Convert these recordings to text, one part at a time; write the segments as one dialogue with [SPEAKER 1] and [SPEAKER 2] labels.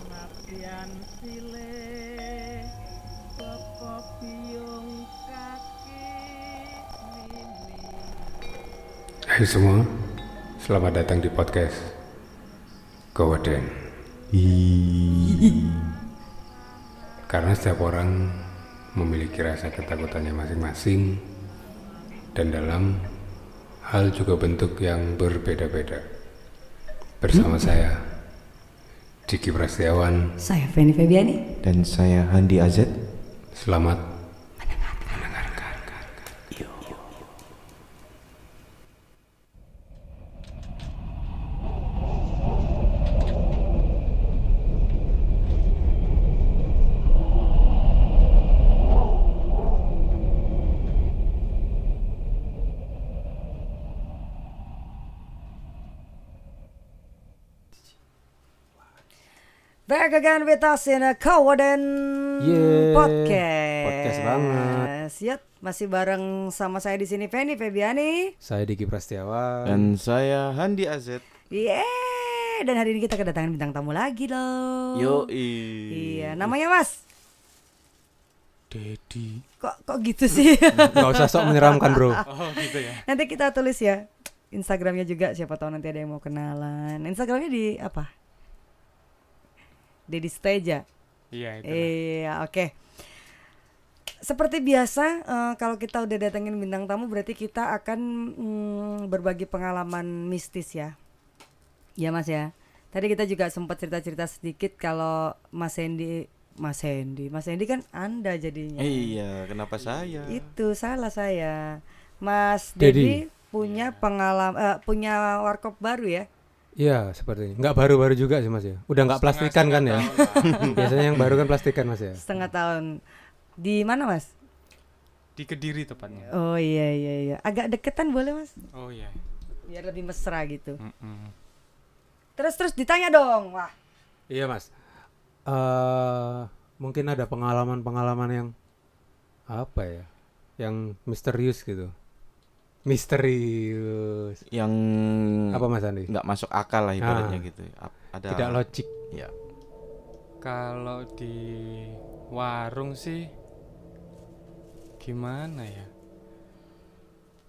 [SPEAKER 1] Kasihan sile Toko biung kaki mini
[SPEAKER 2] Hai semua, selamat datang di podcast Gowden. Karena setiap orang memiliki rasa ketakutannya masing-masing dan dalam hal juga bentuk yang berbeda-beda. Bersama saya, Diki Prasetyawan,
[SPEAKER 3] Saya Feni Febiani.
[SPEAKER 4] Dan saya Handi Azad.
[SPEAKER 2] selamat
[SPEAKER 3] Back again with us in a Kawaden
[SPEAKER 4] Yeay,
[SPEAKER 3] podcast.
[SPEAKER 4] podcast banget.
[SPEAKER 3] Yep, masih bareng sama saya di sini Feni Febiani.
[SPEAKER 5] Saya Diki Prasetyawan.
[SPEAKER 4] Dan saya Handi Azad.
[SPEAKER 3] Yeay, dan hari ini kita kedatangan bintang tamu lagi loh.
[SPEAKER 4] Yoi.
[SPEAKER 3] Iya, namanya Mas.
[SPEAKER 4] Dedi.
[SPEAKER 3] Kok kok gitu sih?
[SPEAKER 5] Gak usah sok menyeramkan bro.
[SPEAKER 3] nanti kita tulis ya Instagramnya juga siapa tahu nanti ada yang mau kenalan. Instagramnya di apa? Dedi Steja.
[SPEAKER 5] Iya
[SPEAKER 3] Iya, oke. Seperti biasa, eh, kalau kita udah datengin bintang tamu, berarti kita akan mm, berbagi pengalaman mistis ya. Iya Mas ya. Tadi kita juga sempat cerita-cerita sedikit kalau Mas Hendy, Mas Hendy, Mas Hendy kan Anda jadinya.
[SPEAKER 4] Iya, kenapa saya?
[SPEAKER 3] Itu salah saya. Mas Dedi
[SPEAKER 5] Dedi.
[SPEAKER 3] punya pengalaman, eh, punya warkop baru ya.
[SPEAKER 5] Iya seperti ini. Nggak baru-baru juga sih mas ya. Udah nggak plastikan kan ya. Biasanya yang baru kan plastikan mas ya.
[SPEAKER 3] Setengah tahun. Di mana Mas?
[SPEAKER 6] di Kediri tepatnya.
[SPEAKER 3] Oh iya iya iya. Agak deketan boleh Mas?
[SPEAKER 6] Oh iya.
[SPEAKER 3] biar lebih mesra gitu. Terus terus ditanya dong, wah
[SPEAKER 5] Iya mas. Eh mungkin ada pengalaman-pengalaman yang apa ya? Yang misterius gitu. Misterius.
[SPEAKER 4] Yang
[SPEAKER 6] Hmm.
[SPEAKER 5] Apa mas Andi?
[SPEAKER 4] nggak masuk akal lah ibaratnya
[SPEAKER 5] Ah.
[SPEAKER 4] gitu. Ap- Ada
[SPEAKER 5] Tidak logik.
[SPEAKER 4] Ya.
[SPEAKER 6] Kalau di warung sih gimana ya?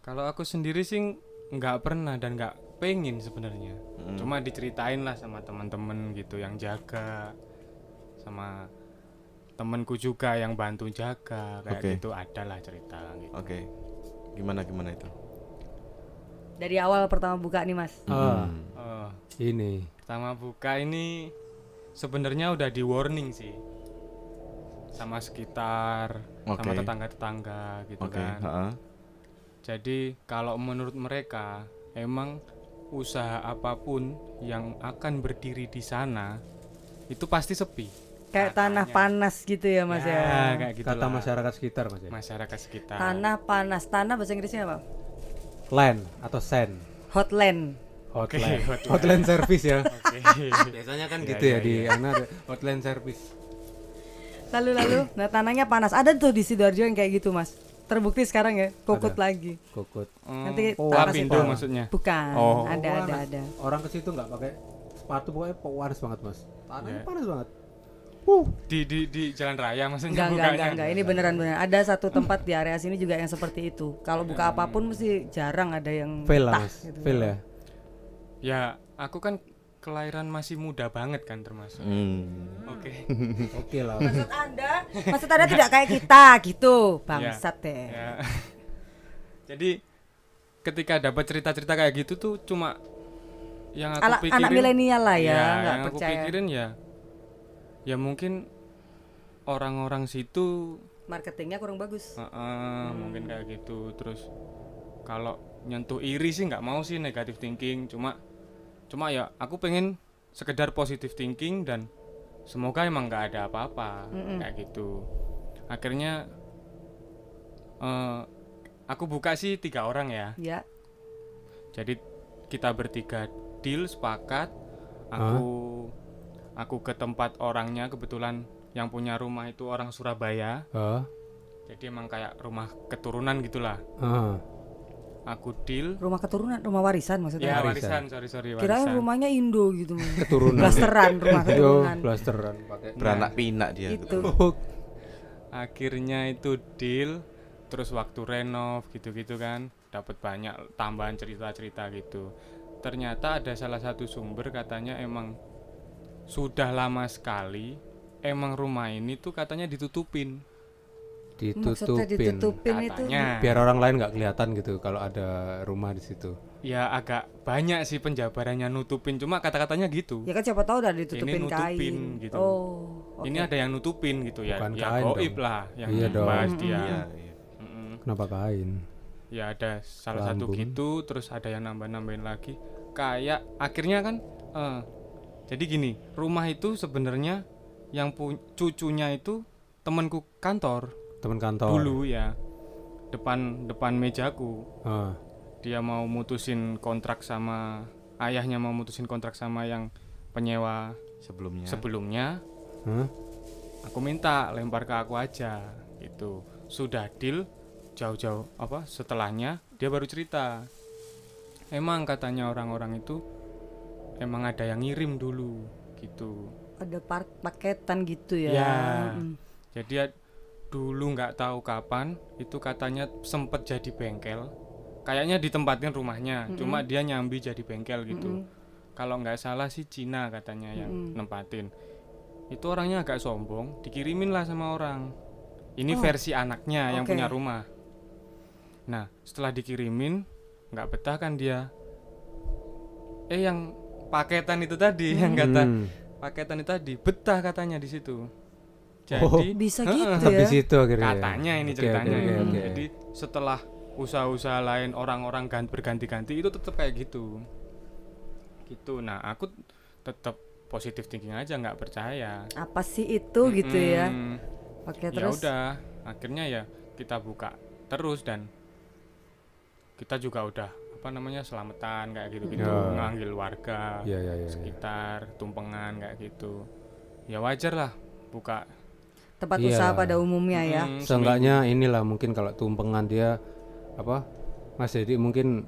[SPEAKER 6] Kalau aku sendiri sih nggak pernah dan nggak pengen sebenarnya. Cuma diceritain lah sama teman-teman gitu yang jaga sama temanku juga yang bantu jaga kayak
[SPEAKER 4] Oke.
[SPEAKER 6] gitu adalah cerita gitu.
[SPEAKER 4] Oke. Gimana gimana itu?
[SPEAKER 3] dari awal pertama buka nih mas.
[SPEAKER 5] Ah,
[SPEAKER 6] Eh,
[SPEAKER 5] ini.
[SPEAKER 6] Pertama buka ini sebenarnya udah di warning sih sama sekitar sama
[SPEAKER 4] Oke.
[SPEAKER 6] tetangga-tetangga gitu
[SPEAKER 4] Oke.
[SPEAKER 6] kan.
[SPEAKER 4] heeh.
[SPEAKER 6] Jadi kalau menurut mereka emang usaha apapun yang akan berdiri di sana itu pasti sepi.
[SPEAKER 3] Kayak tanah panas gitu ya mas ya.
[SPEAKER 6] Ya, kayak gitu
[SPEAKER 5] Iya. Kata
[SPEAKER 6] lah.
[SPEAKER 5] masyarakat sekitar mas ya.
[SPEAKER 6] masyarakat sekitar.
[SPEAKER 3] Tanah panas, tanah bahasa Inggrisnya apa?
[SPEAKER 5] Land atau sand.
[SPEAKER 3] Hotland.
[SPEAKER 5] Hotline. Hotline service ya. Biasanya kan gitu ya,
[SPEAKER 6] iya,
[SPEAKER 5] di anak ada hotline service.
[SPEAKER 3] Lalu lalu, nah tanahnya panas. Ada tuh di sidoarjo yang kayak gitu mas. Terbukti sekarang ya, kokut lagi.
[SPEAKER 5] Kokot.
[SPEAKER 3] Nanti
[SPEAKER 6] oh,
[SPEAKER 3] tanah
[SPEAKER 6] Lapindo
[SPEAKER 3] situ.
[SPEAKER 6] maksudnya.
[SPEAKER 3] Bukan,
[SPEAKER 6] Oh.
[SPEAKER 3] ada ada ada.
[SPEAKER 5] Orang ke situ nggak pakai sepatu pokoknya po- panas banget mas. Tanahnya panas banget.
[SPEAKER 6] Di di di jalan raya
[SPEAKER 3] Enggak,
[SPEAKER 6] maksudnya
[SPEAKER 3] enggak,
[SPEAKER 6] bukanya.
[SPEAKER 3] enggak, enggak. Ini beneran beneran. Ada satu tempat di area sini juga yang seperti itu. Kalau
[SPEAKER 6] Hmm.
[SPEAKER 3] buka apapun mesti jarang ada yang
[SPEAKER 5] Fail lah
[SPEAKER 3] betah
[SPEAKER 5] mas.
[SPEAKER 3] gitu.
[SPEAKER 5] Fail ya.
[SPEAKER 6] Ya, aku kan kelahiran masih muda banget kan termasuk.
[SPEAKER 4] Hmm.
[SPEAKER 6] Oke.
[SPEAKER 5] Oke lah.
[SPEAKER 3] Maksud Anda, maksud Anda tidak kayak kita gitu, bangsat deh.
[SPEAKER 6] Ya. Jadi ketika dapat cerita-cerita kayak gitu tuh cuma yang aku
[SPEAKER 3] Ala-
[SPEAKER 6] pikirin
[SPEAKER 3] anak milenial lah ya, nggak
[SPEAKER 6] yang
[SPEAKER 3] percaya.
[SPEAKER 6] aku pikirin ya ya mungkin orang-orang situ
[SPEAKER 3] Marketingnya kurang bagus.
[SPEAKER 6] eh, eh, mungkin kayak gitu terus kalau nyentuh iri sih nggak mau sih negatif thinking cuma cuma ya aku pengen sekedar positif thinking dan semoga emang nggak ada apa-apa kayak gitu akhirnya eh, aku buka sih tiga orang ya
[SPEAKER 3] Ya,
[SPEAKER 6] jadi kita bertiga deal sepakat. Aku aku ke tempat orangnya kebetulan yang punya rumah itu orang Surabaya.
[SPEAKER 5] Ah,
[SPEAKER 6] Jadi emang kayak rumah keturunan gitulah.
[SPEAKER 5] ah,
[SPEAKER 6] aku deal
[SPEAKER 3] Rumah keturunan, rumah warisan
[SPEAKER 6] ya
[SPEAKER 3] maksudnya.
[SPEAKER 5] warisan.
[SPEAKER 6] warisan sorry sorry
[SPEAKER 3] Kirain
[SPEAKER 6] warisan
[SPEAKER 3] rumahnya Indo gitu.
[SPEAKER 5] Keturunan.
[SPEAKER 3] Blasteran rumah
[SPEAKER 5] Yo,
[SPEAKER 3] keturunan.
[SPEAKER 5] blasteran pakai.
[SPEAKER 4] Beranak pinak dia
[SPEAKER 3] Itu.
[SPEAKER 6] akhirnya itu deal terus waktu renov gitu-gitu kan dapat banyak tambahan cerita-cerita gitu ternyata ada salah satu sumber katanya emang sudah lama sekali emang rumah ini tuh katanya ditutupin
[SPEAKER 3] Maksudnya
[SPEAKER 5] Ditutupin.
[SPEAKER 3] ditutupin itu.
[SPEAKER 6] katanya
[SPEAKER 5] Biar orang lain nggak kelihatan gitu kalau ada rumah di situ.
[SPEAKER 6] ya agak banyak sih penjabarannya nutupin cuma kata-katanya gitu
[SPEAKER 3] Ya kan siapa tahu udah ditutupin
[SPEAKER 6] Ini nutupin
[SPEAKER 3] kain.
[SPEAKER 6] gitu.
[SPEAKER 3] Oh. oke.
[SPEAKER 6] ini ada yang nutupin gitu ya
[SPEAKER 5] Bukan
[SPEAKER 6] ya
[SPEAKER 5] kain
[SPEAKER 6] goib
[SPEAKER 5] dong.
[SPEAKER 6] lah yang
[SPEAKER 5] Iya dong.
[SPEAKER 6] dibahas dia
[SPEAKER 4] Iya, iya.
[SPEAKER 6] Mm-mm.
[SPEAKER 5] Kenapa kain?
[SPEAKER 6] ya ada salah satu
[SPEAKER 5] Lambung.
[SPEAKER 6] gitu terus ada yang nambah nambahin lagi kayak akhirnya kan eh, jadi gini rumah itu sebenarnya yang pu- cucunya itu temanku kantor
[SPEAKER 5] Teman kantor.
[SPEAKER 6] dulu ya depan depan mejaku
[SPEAKER 5] Ah,
[SPEAKER 6] dia mau mutusin kontrak sama ayahnya mau mutusin kontrak sama yang penyewa
[SPEAKER 5] Ya.
[SPEAKER 4] Sebelumnya.
[SPEAKER 6] sebelumnya
[SPEAKER 5] Hah?
[SPEAKER 6] aku minta lempar ke aku aja gitu sudah deal jauh-jauh apa setelahnya dia baru cerita emang katanya orang-orang itu emang ada yang ngirim dulu gitu
[SPEAKER 3] Ada part paketan gitu ya.
[SPEAKER 6] Ya.
[SPEAKER 3] Mm.
[SPEAKER 6] jadi ya, dulu nggak tahu kapan itu katanya sempet jadi bengkel kayaknya ditempatin rumahnya cuma dia nyambi jadi bengkel gitu kalau nggak salah sih Cina katanya yang
[SPEAKER 3] Mm-mm.
[SPEAKER 6] nempatin itu orangnya agak sombong dikirimin lah sama orang ini versi anaknya yang
[SPEAKER 3] Oh. oke.
[SPEAKER 6] punya rumah nah setelah dikirimin nggak betah kan dia eh yang paketan itu tadi yang kata
[SPEAKER 5] Hmm.
[SPEAKER 6] paketan itu tadi betah katanya di situ jadi
[SPEAKER 3] Bisa
[SPEAKER 6] Heeh,
[SPEAKER 3] gitu
[SPEAKER 5] Sampai
[SPEAKER 3] ya.
[SPEAKER 5] situ akhirnya.
[SPEAKER 6] katanya ini
[SPEAKER 5] Oke,
[SPEAKER 6] ceritanya ya.
[SPEAKER 5] oke, oke, oke.
[SPEAKER 6] jadi setelah usaha-usaha lain orang-orang gan- berganti-ganti itu tetap kayak gitu gitu nah aku tetap positif thinking aja nggak percaya
[SPEAKER 3] Apa sih itu gitu ya?
[SPEAKER 6] Mm,
[SPEAKER 3] Oke
[SPEAKER 6] ya
[SPEAKER 3] terus.
[SPEAKER 6] udah akhirnya ya kita buka terus dan kita juga udah apa namanya selamatan kayak gitu gitu
[SPEAKER 5] Ya.
[SPEAKER 6] nganggil warga
[SPEAKER 5] Iya, iya, iya. iya.
[SPEAKER 6] sekitar tumpengan kayak gitu ya wajar lah buka
[SPEAKER 3] Tempat
[SPEAKER 5] Iya.
[SPEAKER 3] usaha pada umumnya ya.
[SPEAKER 6] Mm,
[SPEAKER 5] Seenggaknya inilah mungkin kalau tumpengan dia apa Mas Dedi mungkin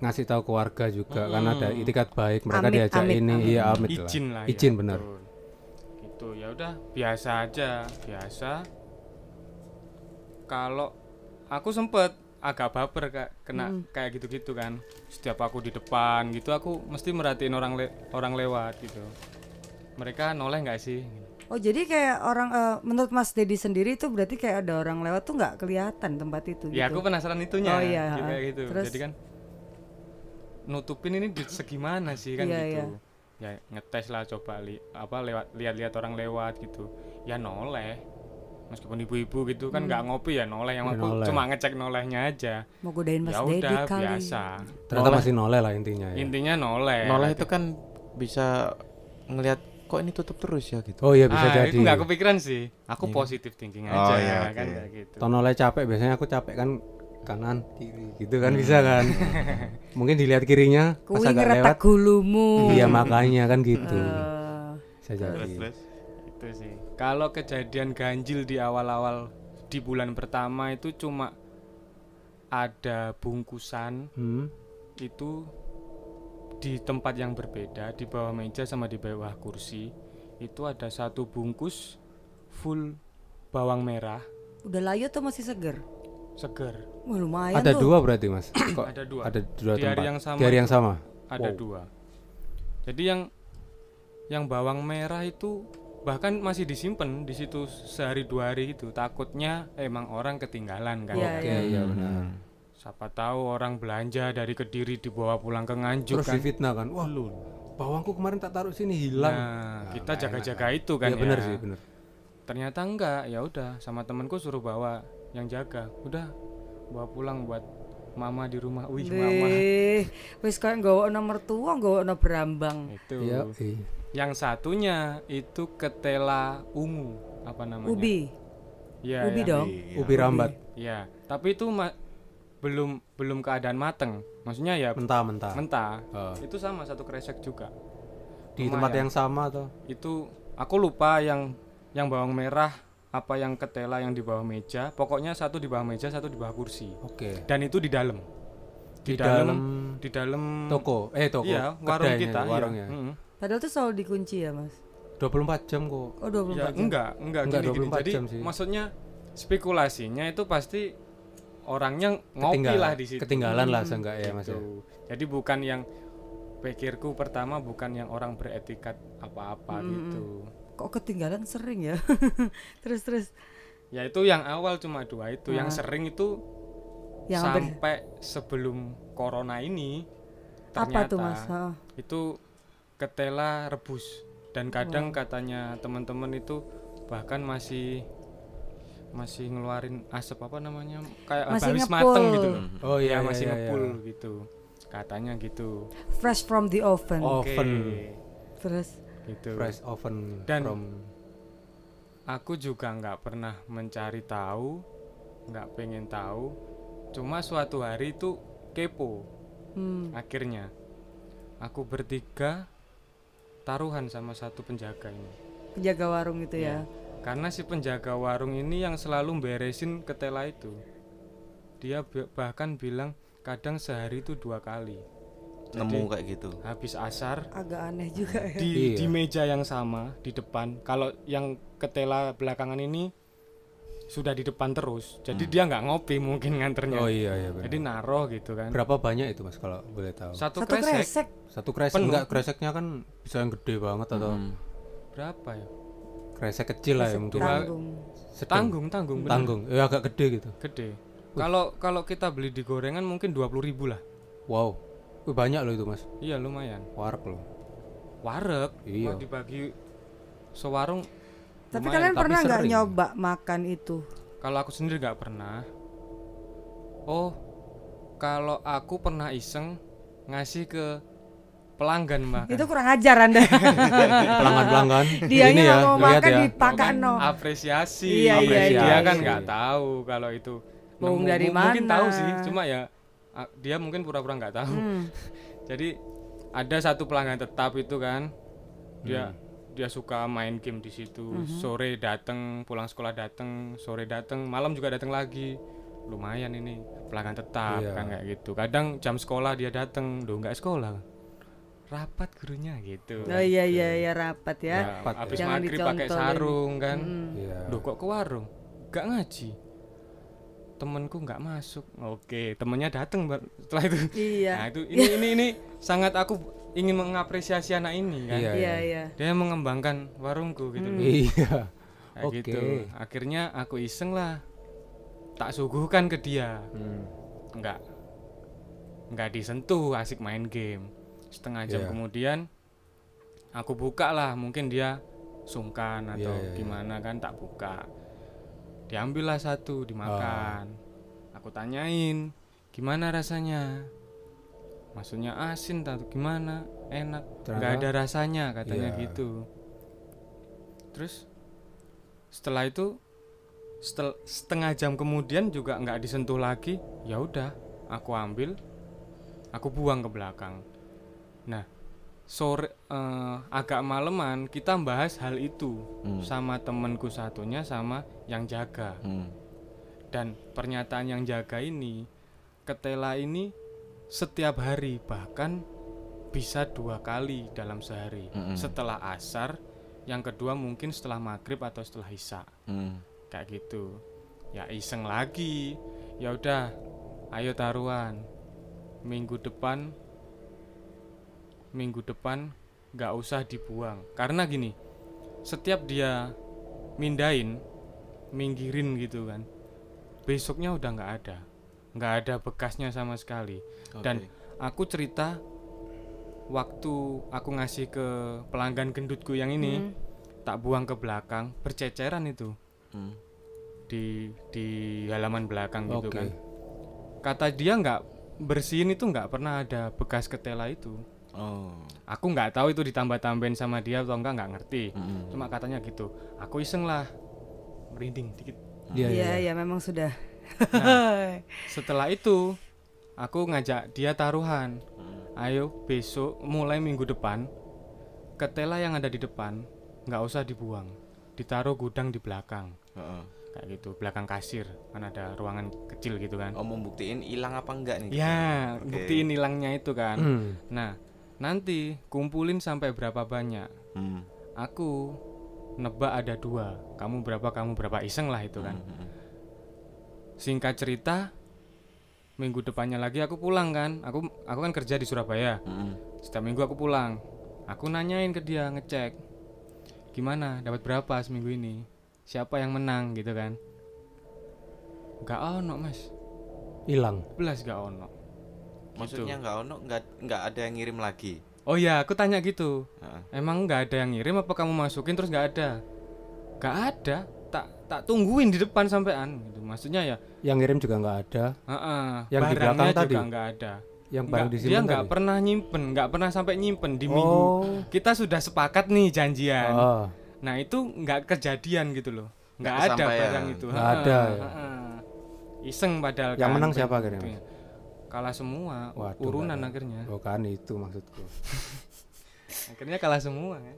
[SPEAKER 5] ngasih tahu ke warga juga karena ada itikat baik mereka
[SPEAKER 3] Amit,
[SPEAKER 5] diajak
[SPEAKER 3] amit,
[SPEAKER 5] ini
[SPEAKER 3] amit.
[SPEAKER 5] iya Hmm. amit lah.
[SPEAKER 6] izin lah ya,
[SPEAKER 5] Izin, benar.
[SPEAKER 6] betul. gitu ya udah biasa aja biasa kalau aku sempet agak baper kak kena kayak gitu-gitu kan setiap aku di depan gitu aku mesti merhatiin orang le- orang lewat gitu mereka noleh nggak sih
[SPEAKER 3] Oh jadi kayak orang eh, menurut Mas Dedi sendiri itu berarti kayak ada orang lewat tuh nggak kelihatan tempat itu.
[SPEAKER 6] ya
[SPEAKER 5] kan-
[SPEAKER 3] gitu.
[SPEAKER 6] aku penasaran itunya
[SPEAKER 3] Oh, iya,
[SPEAKER 6] gitu,
[SPEAKER 3] ha.
[SPEAKER 6] kayak gitu
[SPEAKER 3] Terus?
[SPEAKER 6] jadi kan nutupin ini di segimana sih kan
[SPEAKER 3] Iya,
[SPEAKER 6] gitu ya ngetes lah coba li- apa lewat lihat-lihat orang lewat gitu ya noleh meskipun ibu-ibu gitu kan
[SPEAKER 3] Hmm.
[SPEAKER 6] nggak ngopi ya noleh
[SPEAKER 5] Ya,
[SPEAKER 6] yang aku
[SPEAKER 5] noleh.
[SPEAKER 6] cuma ngecek nolehnya aja
[SPEAKER 3] mau godain Mas
[SPEAKER 6] ya
[SPEAKER 3] Dedi
[SPEAKER 6] udah
[SPEAKER 3] kali.
[SPEAKER 6] biasa
[SPEAKER 5] Ternyata
[SPEAKER 4] Noleh.
[SPEAKER 5] masih noleh lah intinya ya.
[SPEAKER 6] intinya noleh
[SPEAKER 4] Noleh itu kan bisa ngelihat kok ini tutup terus ya gitu.
[SPEAKER 5] Oh iya bisa
[SPEAKER 6] Ah,
[SPEAKER 5] jadi.
[SPEAKER 6] itu nggak kepikiran sih aku
[SPEAKER 5] Iya.
[SPEAKER 6] positif thinking
[SPEAKER 4] Oh,
[SPEAKER 6] aja
[SPEAKER 4] iya,
[SPEAKER 6] kan
[SPEAKER 4] oke.
[SPEAKER 6] kayak gitu
[SPEAKER 5] Toh noleh capek biasanya aku capek kan kanan kiri gitu kan bisa kan. mungkin dilihat kirinya pas
[SPEAKER 3] Kui
[SPEAKER 5] agak lewat
[SPEAKER 3] ngeretak gulumu.
[SPEAKER 5] iya makanya kan gitu.
[SPEAKER 3] Eh,
[SPEAKER 5] Bisa
[SPEAKER 4] Iya.
[SPEAKER 5] jadi.
[SPEAKER 6] itu sih kalau kejadian ganjil di awal-awal di bulan pertama itu cuma ada bungkusan
[SPEAKER 5] Hmm.
[SPEAKER 6] itu di tempat yang berbeda di bawah meja sama di bawah kursi itu ada satu bungkus full bawang merah
[SPEAKER 3] udah layu tuh masih seger.
[SPEAKER 6] seger
[SPEAKER 3] Wah lumayan
[SPEAKER 5] Ada
[SPEAKER 3] tuh.
[SPEAKER 5] dua berarti Mas. Kok
[SPEAKER 6] ada dua
[SPEAKER 5] ada dua
[SPEAKER 6] Di hari
[SPEAKER 5] tempat.
[SPEAKER 6] yang sama
[SPEAKER 5] Di hari yang sama.
[SPEAKER 6] ada
[SPEAKER 5] Wow.
[SPEAKER 6] dua jadi yang yang bawang merah itu bahkan masih disimpan di situ sehari dua hari itu takutnya emang orang ketinggalan kan
[SPEAKER 3] Iya,
[SPEAKER 5] Oke,
[SPEAKER 3] iya.
[SPEAKER 5] iya benar.
[SPEAKER 6] siapa tahu orang belanja dari kediri dibawa pulang ke nganjuk
[SPEAKER 5] Terus
[SPEAKER 6] kan
[SPEAKER 5] difitnah kan. Wah, lu bawangku kemarin tak taruh sini hilang.
[SPEAKER 6] nah
[SPEAKER 5] Nah,
[SPEAKER 6] kita
[SPEAKER 5] nggak
[SPEAKER 6] jaga-jaga itu kan
[SPEAKER 5] Iya benar sih, benar.
[SPEAKER 6] ternyata enggak ya udah sama temanku suruh bawa yang jaga udah bawa pulang buat mama di rumah wih mama
[SPEAKER 3] Wih, wis kayak nggawa nomor tua, nggawa nomor berambang.
[SPEAKER 6] itu
[SPEAKER 5] Iya, iya.
[SPEAKER 6] yang satunya itu ketela ungu apa
[SPEAKER 5] Iya,
[SPEAKER 6] namanya
[SPEAKER 3] Ubi,
[SPEAKER 6] ya,
[SPEAKER 3] ubi
[SPEAKER 6] ya.
[SPEAKER 3] dong.
[SPEAKER 5] Ubi rambat
[SPEAKER 6] Ya, tapi itu ma- belum belum keadaan mateng maksudnya ya
[SPEAKER 5] mentah-mentah.
[SPEAKER 6] mentah
[SPEAKER 5] Eh,
[SPEAKER 6] itu sama satu kresek juga
[SPEAKER 5] di tempat
[SPEAKER 6] lumayan.
[SPEAKER 5] yang sama atau
[SPEAKER 6] itu aku lupa yang yang bawang merah apa yang ketela yang di bawah meja pokoknya satu di bawah meja satu di bawah kursi
[SPEAKER 5] Oke.
[SPEAKER 6] dan itu di dalam
[SPEAKER 5] Oh. di dalam
[SPEAKER 6] di dalam
[SPEAKER 5] toko eh toko
[SPEAKER 6] iya warung
[SPEAKER 5] kedainya,
[SPEAKER 6] kita iya.
[SPEAKER 5] warungnya
[SPEAKER 6] Mm-mm.
[SPEAKER 3] Padahal tuh selalu dikunci ya mas.
[SPEAKER 5] 24 jam kok
[SPEAKER 3] Oh 24
[SPEAKER 5] Iya.
[SPEAKER 6] Ya,
[SPEAKER 3] jam.
[SPEAKER 6] enggak, enggak,
[SPEAKER 5] Enggak,
[SPEAKER 6] gini, gini.
[SPEAKER 5] 24
[SPEAKER 6] Jadi
[SPEAKER 5] jam sih.
[SPEAKER 6] maksudnya spekulasinya itu pasti orangnya ngopi
[SPEAKER 5] Ketinggalan-
[SPEAKER 6] lah di situ.
[SPEAKER 5] ketinggalan lah
[SPEAKER 6] Hmm,
[SPEAKER 5] seenggaknya ya, Mas, ya.
[SPEAKER 6] gitu. Jadi bukan yang pikirku pertama bukan yang orang beretikat apa-apa gitu.
[SPEAKER 3] Kok ketinggalan sering ya. terus terus.
[SPEAKER 6] Ya itu yang awal cuma dua itu, yang sering itu
[SPEAKER 3] Ah. Yang hampir-
[SPEAKER 6] sampai sebelum corona ini
[SPEAKER 3] apa
[SPEAKER 6] ternyata
[SPEAKER 3] tuh mas? Heeh.
[SPEAKER 6] itu ketela rebus dan kadang katanya teman-teman itu bahkan masih masih ngeluarin asap apa namanya kayak
[SPEAKER 3] Masih
[SPEAKER 6] habis
[SPEAKER 3] ngepul.
[SPEAKER 6] mateng gitu loh.
[SPEAKER 5] oh
[SPEAKER 6] ya
[SPEAKER 5] iya iya,
[SPEAKER 6] masih
[SPEAKER 5] iya,
[SPEAKER 6] ngepul
[SPEAKER 5] iya.
[SPEAKER 6] gitu katanya gitu
[SPEAKER 3] Fresh from the oven.
[SPEAKER 5] Oven.
[SPEAKER 3] Terus
[SPEAKER 6] gitu
[SPEAKER 5] fresh oven
[SPEAKER 6] Dan-
[SPEAKER 5] from
[SPEAKER 6] aku juga nggak pernah mencari tahu nggak pengen tahu cuma suatu hari itu kepo
[SPEAKER 3] hmm,
[SPEAKER 6] akhirnya aku bertiga taruhan sama satu penjaga ini
[SPEAKER 3] penjaga warung itu ya.
[SPEAKER 6] Karena si penjaga warung ini yang selalu beresin ketela itu. Dia bi- bahkan bilang kadang sehari itu dua kali.
[SPEAKER 4] nemu kayak gitu
[SPEAKER 6] Habis asar
[SPEAKER 3] Agak aneh juga ya.
[SPEAKER 6] di
[SPEAKER 5] Iya.
[SPEAKER 6] di meja yang sama di depan. Kalau yang ketela belakangan ini sudah di depan terus. Jadi dia nggak ngopi mungkin nganternya.
[SPEAKER 5] Hmm. oh iya iya benar.
[SPEAKER 6] Jadi naruh gitu kan.
[SPEAKER 5] berapa banyak itu mas kalau boleh tahu
[SPEAKER 6] Satu,
[SPEAKER 3] Satu
[SPEAKER 6] kresek,
[SPEAKER 3] kresek.
[SPEAKER 5] satu kresek
[SPEAKER 6] Penuh. Hmm.
[SPEAKER 5] enggak kreseknya kan bisa yang gede banget atau
[SPEAKER 6] berapa ya?
[SPEAKER 5] kresek kecil lah ya mungkin
[SPEAKER 3] Tanggung.
[SPEAKER 5] Sedang.
[SPEAKER 6] Tanggung tanggung bener.
[SPEAKER 5] tanggung ya agak gede gitu
[SPEAKER 6] Gede. Kalau kalau kita beli di gorengan mungkin 20.000 lah.
[SPEAKER 5] wow Wih, banyak loh itu mas
[SPEAKER 6] Iya lumayan.
[SPEAKER 5] warak loh
[SPEAKER 6] wareg
[SPEAKER 5] Iya.
[SPEAKER 6] mau dibagi sewarung
[SPEAKER 3] Tapi
[SPEAKER 6] lumayan.
[SPEAKER 3] kalian
[SPEAKER 5] tapi
[SPEAKER 3] pernah nggak
[SPEAKER 5] sering.
[SPEAKER 3] nyoba makan itu?
[SPEAKER 6] kalau aku sendiri nggak pernah oh kalau aku pernah iseng ngasih ke pelanggan mbak
[SPEAKER 3] Itu kurang ajar anda.
[SPEAKER 5] pelanggan pelanggan
[SPEAKER 3] Dianya nggak mau
[SPEAKER 5] lihat
[SPEAKER 3] makan
[SPEAKER 5] ya
[SPEAKER 3] dipakakno.
[SPEAKER 6] apresiasi
[SPEAKER 3] Iya, iya,
[SPEAKER 5] iya.
[SPEAKER 6] dia kan
[SPEAKER 5] Apresiasi.
[SPEAKER 6] nggak tahu kalau itu
[SPEAKER 3] Mau
[SPEAKER 6] Nemu-
[SPEAKER 3] dari
[SPEAKER 6] mu- mungkin
[SPEAKER 3] mana?
[SPEAKER 6] tahu sih cuma ya a- dia mungkin pura-pura nggak tahu
[SPEAKER 3] Hmm.
[SPEAKER 6] jadi ada satu pelanggan tetap itu kan dia
[SPEAKER 5] Hmm.
[SPEAKER 6] dia suka main game di situ
[SPEAKER 3] Hmm.
[SPEAKER 6] sore datang pulang sekolah datang sore datang malam juga datang lagi lumayan ini pelanggan tetap
[SPEAKER 5] Iya.
[SPEAKER 6] kan kayak gitu kadang jam sekolah dia datang lo nggak sekolah rapat gurunya gitu
[SPEAKER 3] Oh iya iya iya rapat ya.
[SPEAKER 6] Nah,
[SPEAKER 5] Rapat,
[SPEAKER 6] habis
[SPEAKER 3] ya. Jangan
[SPEAKER 6] maghrib pakai
[SPEAKER 3] dicontohin.
[SPEAKER 6] sarung kan
[SPEAKER 3] Hmm.
[SPEAKER 5] Iya.
[SPEAKER 6] Loh kok ke warung? Gak ngaji. Temenku nggak masuk. Oke, temennya datang bar- setelah itu.
[SPEAKER 3] Iya.
[SPEAKER 6] Nah, itu ini ini ini sangat aku ingin mengapresiasi anak ini kan.
[SPEAKER 5] Iya,
[SPEAKER 3] Iya iya.
[SPEAKER 6] Dia yang mengembangkan warungku gitu. loh.
[SPEAKER 5] iya
[SPEAKER 6] Kayak
[SPEAKER 5] Oke.
[SPEAKER 6] gitu. Akhirnya aku iseng lah. Tak suguhkan ke dia.
[SPEAKER 5] Hmm.
[SPEAKER 6] Enggak. Enggak disentuh, asik main game. Setengah jam
[SPEAKER 5] Iya.
[SPEAKER 6] kemudian aku buka lah, mungkin dia sungkan atau
[SPEAKER 5] Iya, iya, iya.
[SPEAKER 6] gimana kan tak buka. Diambillah satu dimakan. Aku tanyain, "Gimana rasanya?" Maksudnya asin atau gimana? Enak.
[SPEAKER 5] Ternyata-
[SPEAKER 6] Enggak ada rasanya katanya
[SPEAKER 5] Iya.
[SPEAKER 6] gitu. Terus setelah itu setel- setengah jam kemudian juga nggak disentuh lagi ya udah aku ambil aku buang ke belakang nah sore eh, agak maleman kita bahas hal itu sama temenku satunya sama yang jaga
[SPEAKER 4] Hmm.
[SPEAKER 6] dan pernyataan yang jaga ini ketela ini setiap hari bahkan bisa dua kali dalam sehari
[SPEAKER 4] Mm-mm.
[SPEAKER 6] setelah asar yang kedua mungkin setelah maghrib atau setelah isya
[SPEAKER 4] Hmm.
[SPEAKER 6] kayak gitu ya iseng lagi ya udah ayo taruhan minggu depan minggu depan nggak usah dibuang karena gini setiap dia mindahin minggirin gitu kan besoknya udah nggak ada nggak ada bekasnya sama sekali dan aku cerita waktu aku ngasih ke pelanggan gendutku yang ini tak buang ke belakang berceceran itu
[SPEAKER 4] Hmm.
[SPEAKER 6] di di halaman belakang
[SPEAKER 5] Oke.
[SPEAKER 6] gitu kan kata dia nggak bersihin itu nggak pernah ada bekas ketela itu
[SPEAKER 4] oh
[SPEAKER 6] aku nggak tahu itu ditambah tambahin sama dia atau enggak nggak ngerti
[SPEAKER 4] Mm-mm.
[SPEAKER 6] cuma katanya gitu aku iseng lah merinding dikit
[SPEAKER 5] iya iya
[SPEAKER 3] Iya iya memang sudah.
[SPEAKER 6] setelah itu aku ngajak dia taruhan ayo besok mulai minggu depan ketela yang ada di depan nggak usah dibuang ditaruh gudang di belakang
[SPEAKER 4] Heeh.
[SPEAKER 6] kayak gitu belakang kasir kan ada ruangan kecil gitu kan
[SPEAKER 4] Oh, membuktiin hilang apa enggak nih?
[SPEAKER 6] ya
[SPEAKER 4] Oke.
[SPEAKER 6] buktiin hilangnya itu kan
[SPEAKER 5] Hmm.
[SPEAKER 6] nah nanti kumpulin sampai berapa banyak
[SPEAKER 4] Hmm.
[SPEAKER 6] aku nebak ada dua kamu berapa kamu berapa iseng lah itu kan
[SPEAKER 4] Hmm.
[SPEAKER 6] singkat cerita minggu depannya lagi aku pulang kan aku aku kan kerja di Surabaya
[SPEAKER 4] Hmm.
[SPEAKER 6] setiap minggu aku pulang aku nanyain ke dia ngecek gimana dapat berapa seminggu ini siapa yang menang gitu kan gak ono mas
[SPEAKER 5] Hilang.
[SPEAKER 6] belas gak ono
[SPEAKER 4] Maksudnya nggak ono, nggak nggak ada yang ngirim lagi.
[SPEAKER 6] oh iya aku tanya gitu
[SPEAKER 4] Heeh.
[SPEAKER 6] emang nggak ada yang ngirim apa kamu masukin terus nggak ada nggak ada tak tak tungguin di depan sampean gitu maksudnya ya
[SPEAKER 5] Yang ngirim juga nggak ada.
[SPEAKER 6] Heeh,
[SPEAKER 5] Yang di
[SPEAKER 6] barangnya
[SPEAKER 5] belakang
[SPEAKER 6] juga
[SPEAKER 5] tadi?
[SPEAKER 6] nggak ada.
[SPEAKER 5] Yang
[SPEAKER 6] Nggak,
[SPEAKER 5] barang disimpan
[SPEAKER 6] dia nggak
[SPEAKER 5] tadi?
[SPEAKER 6] pernah nyimpen, nggak pernah sampai nyimpen di minggu.
[SPEAKER 5] Oh.
[SPEAKER 6] Kita sudah sepakat nih janjian.
[SPEAKER 5] Oh.
[SPEAKER 6] Nah itu nggak kejadian gitu loh, nggak
[SPEAKER 4] Nggak
[SPEAKER 6] ada
[SPEAKER 4] kesampaian.
[SPEAKER 6] barang itu.
[SPEAKER 5] Nggak
[SPEAKER 6] Heeh,
[SPEAKER 5] ada ya?
[SPEAKER 6] heeh. Iseng padahal.
[SPEAKER 5] Yang
[SPEAKER 6] kan,
[SPEAKER 5] menang
[SPEAKER 6] kayak
[SPEAKER 5] siapa akhirnya,
[SPEAKER 6] gitu
[SPEAKER 5] Mas?
[SPEAKER 6] ya. Kalah semua, u-
[SPEAKER 5] Waduh, nggak
[SPEAKER 6] urunan
[SPEAKER 5] ada.
[SPEAKER 6] akhirnya.
[SPEAKER 5] Oh kan itu maksudku.
[SPEAKER 6] Akhirnya kalah semua kan.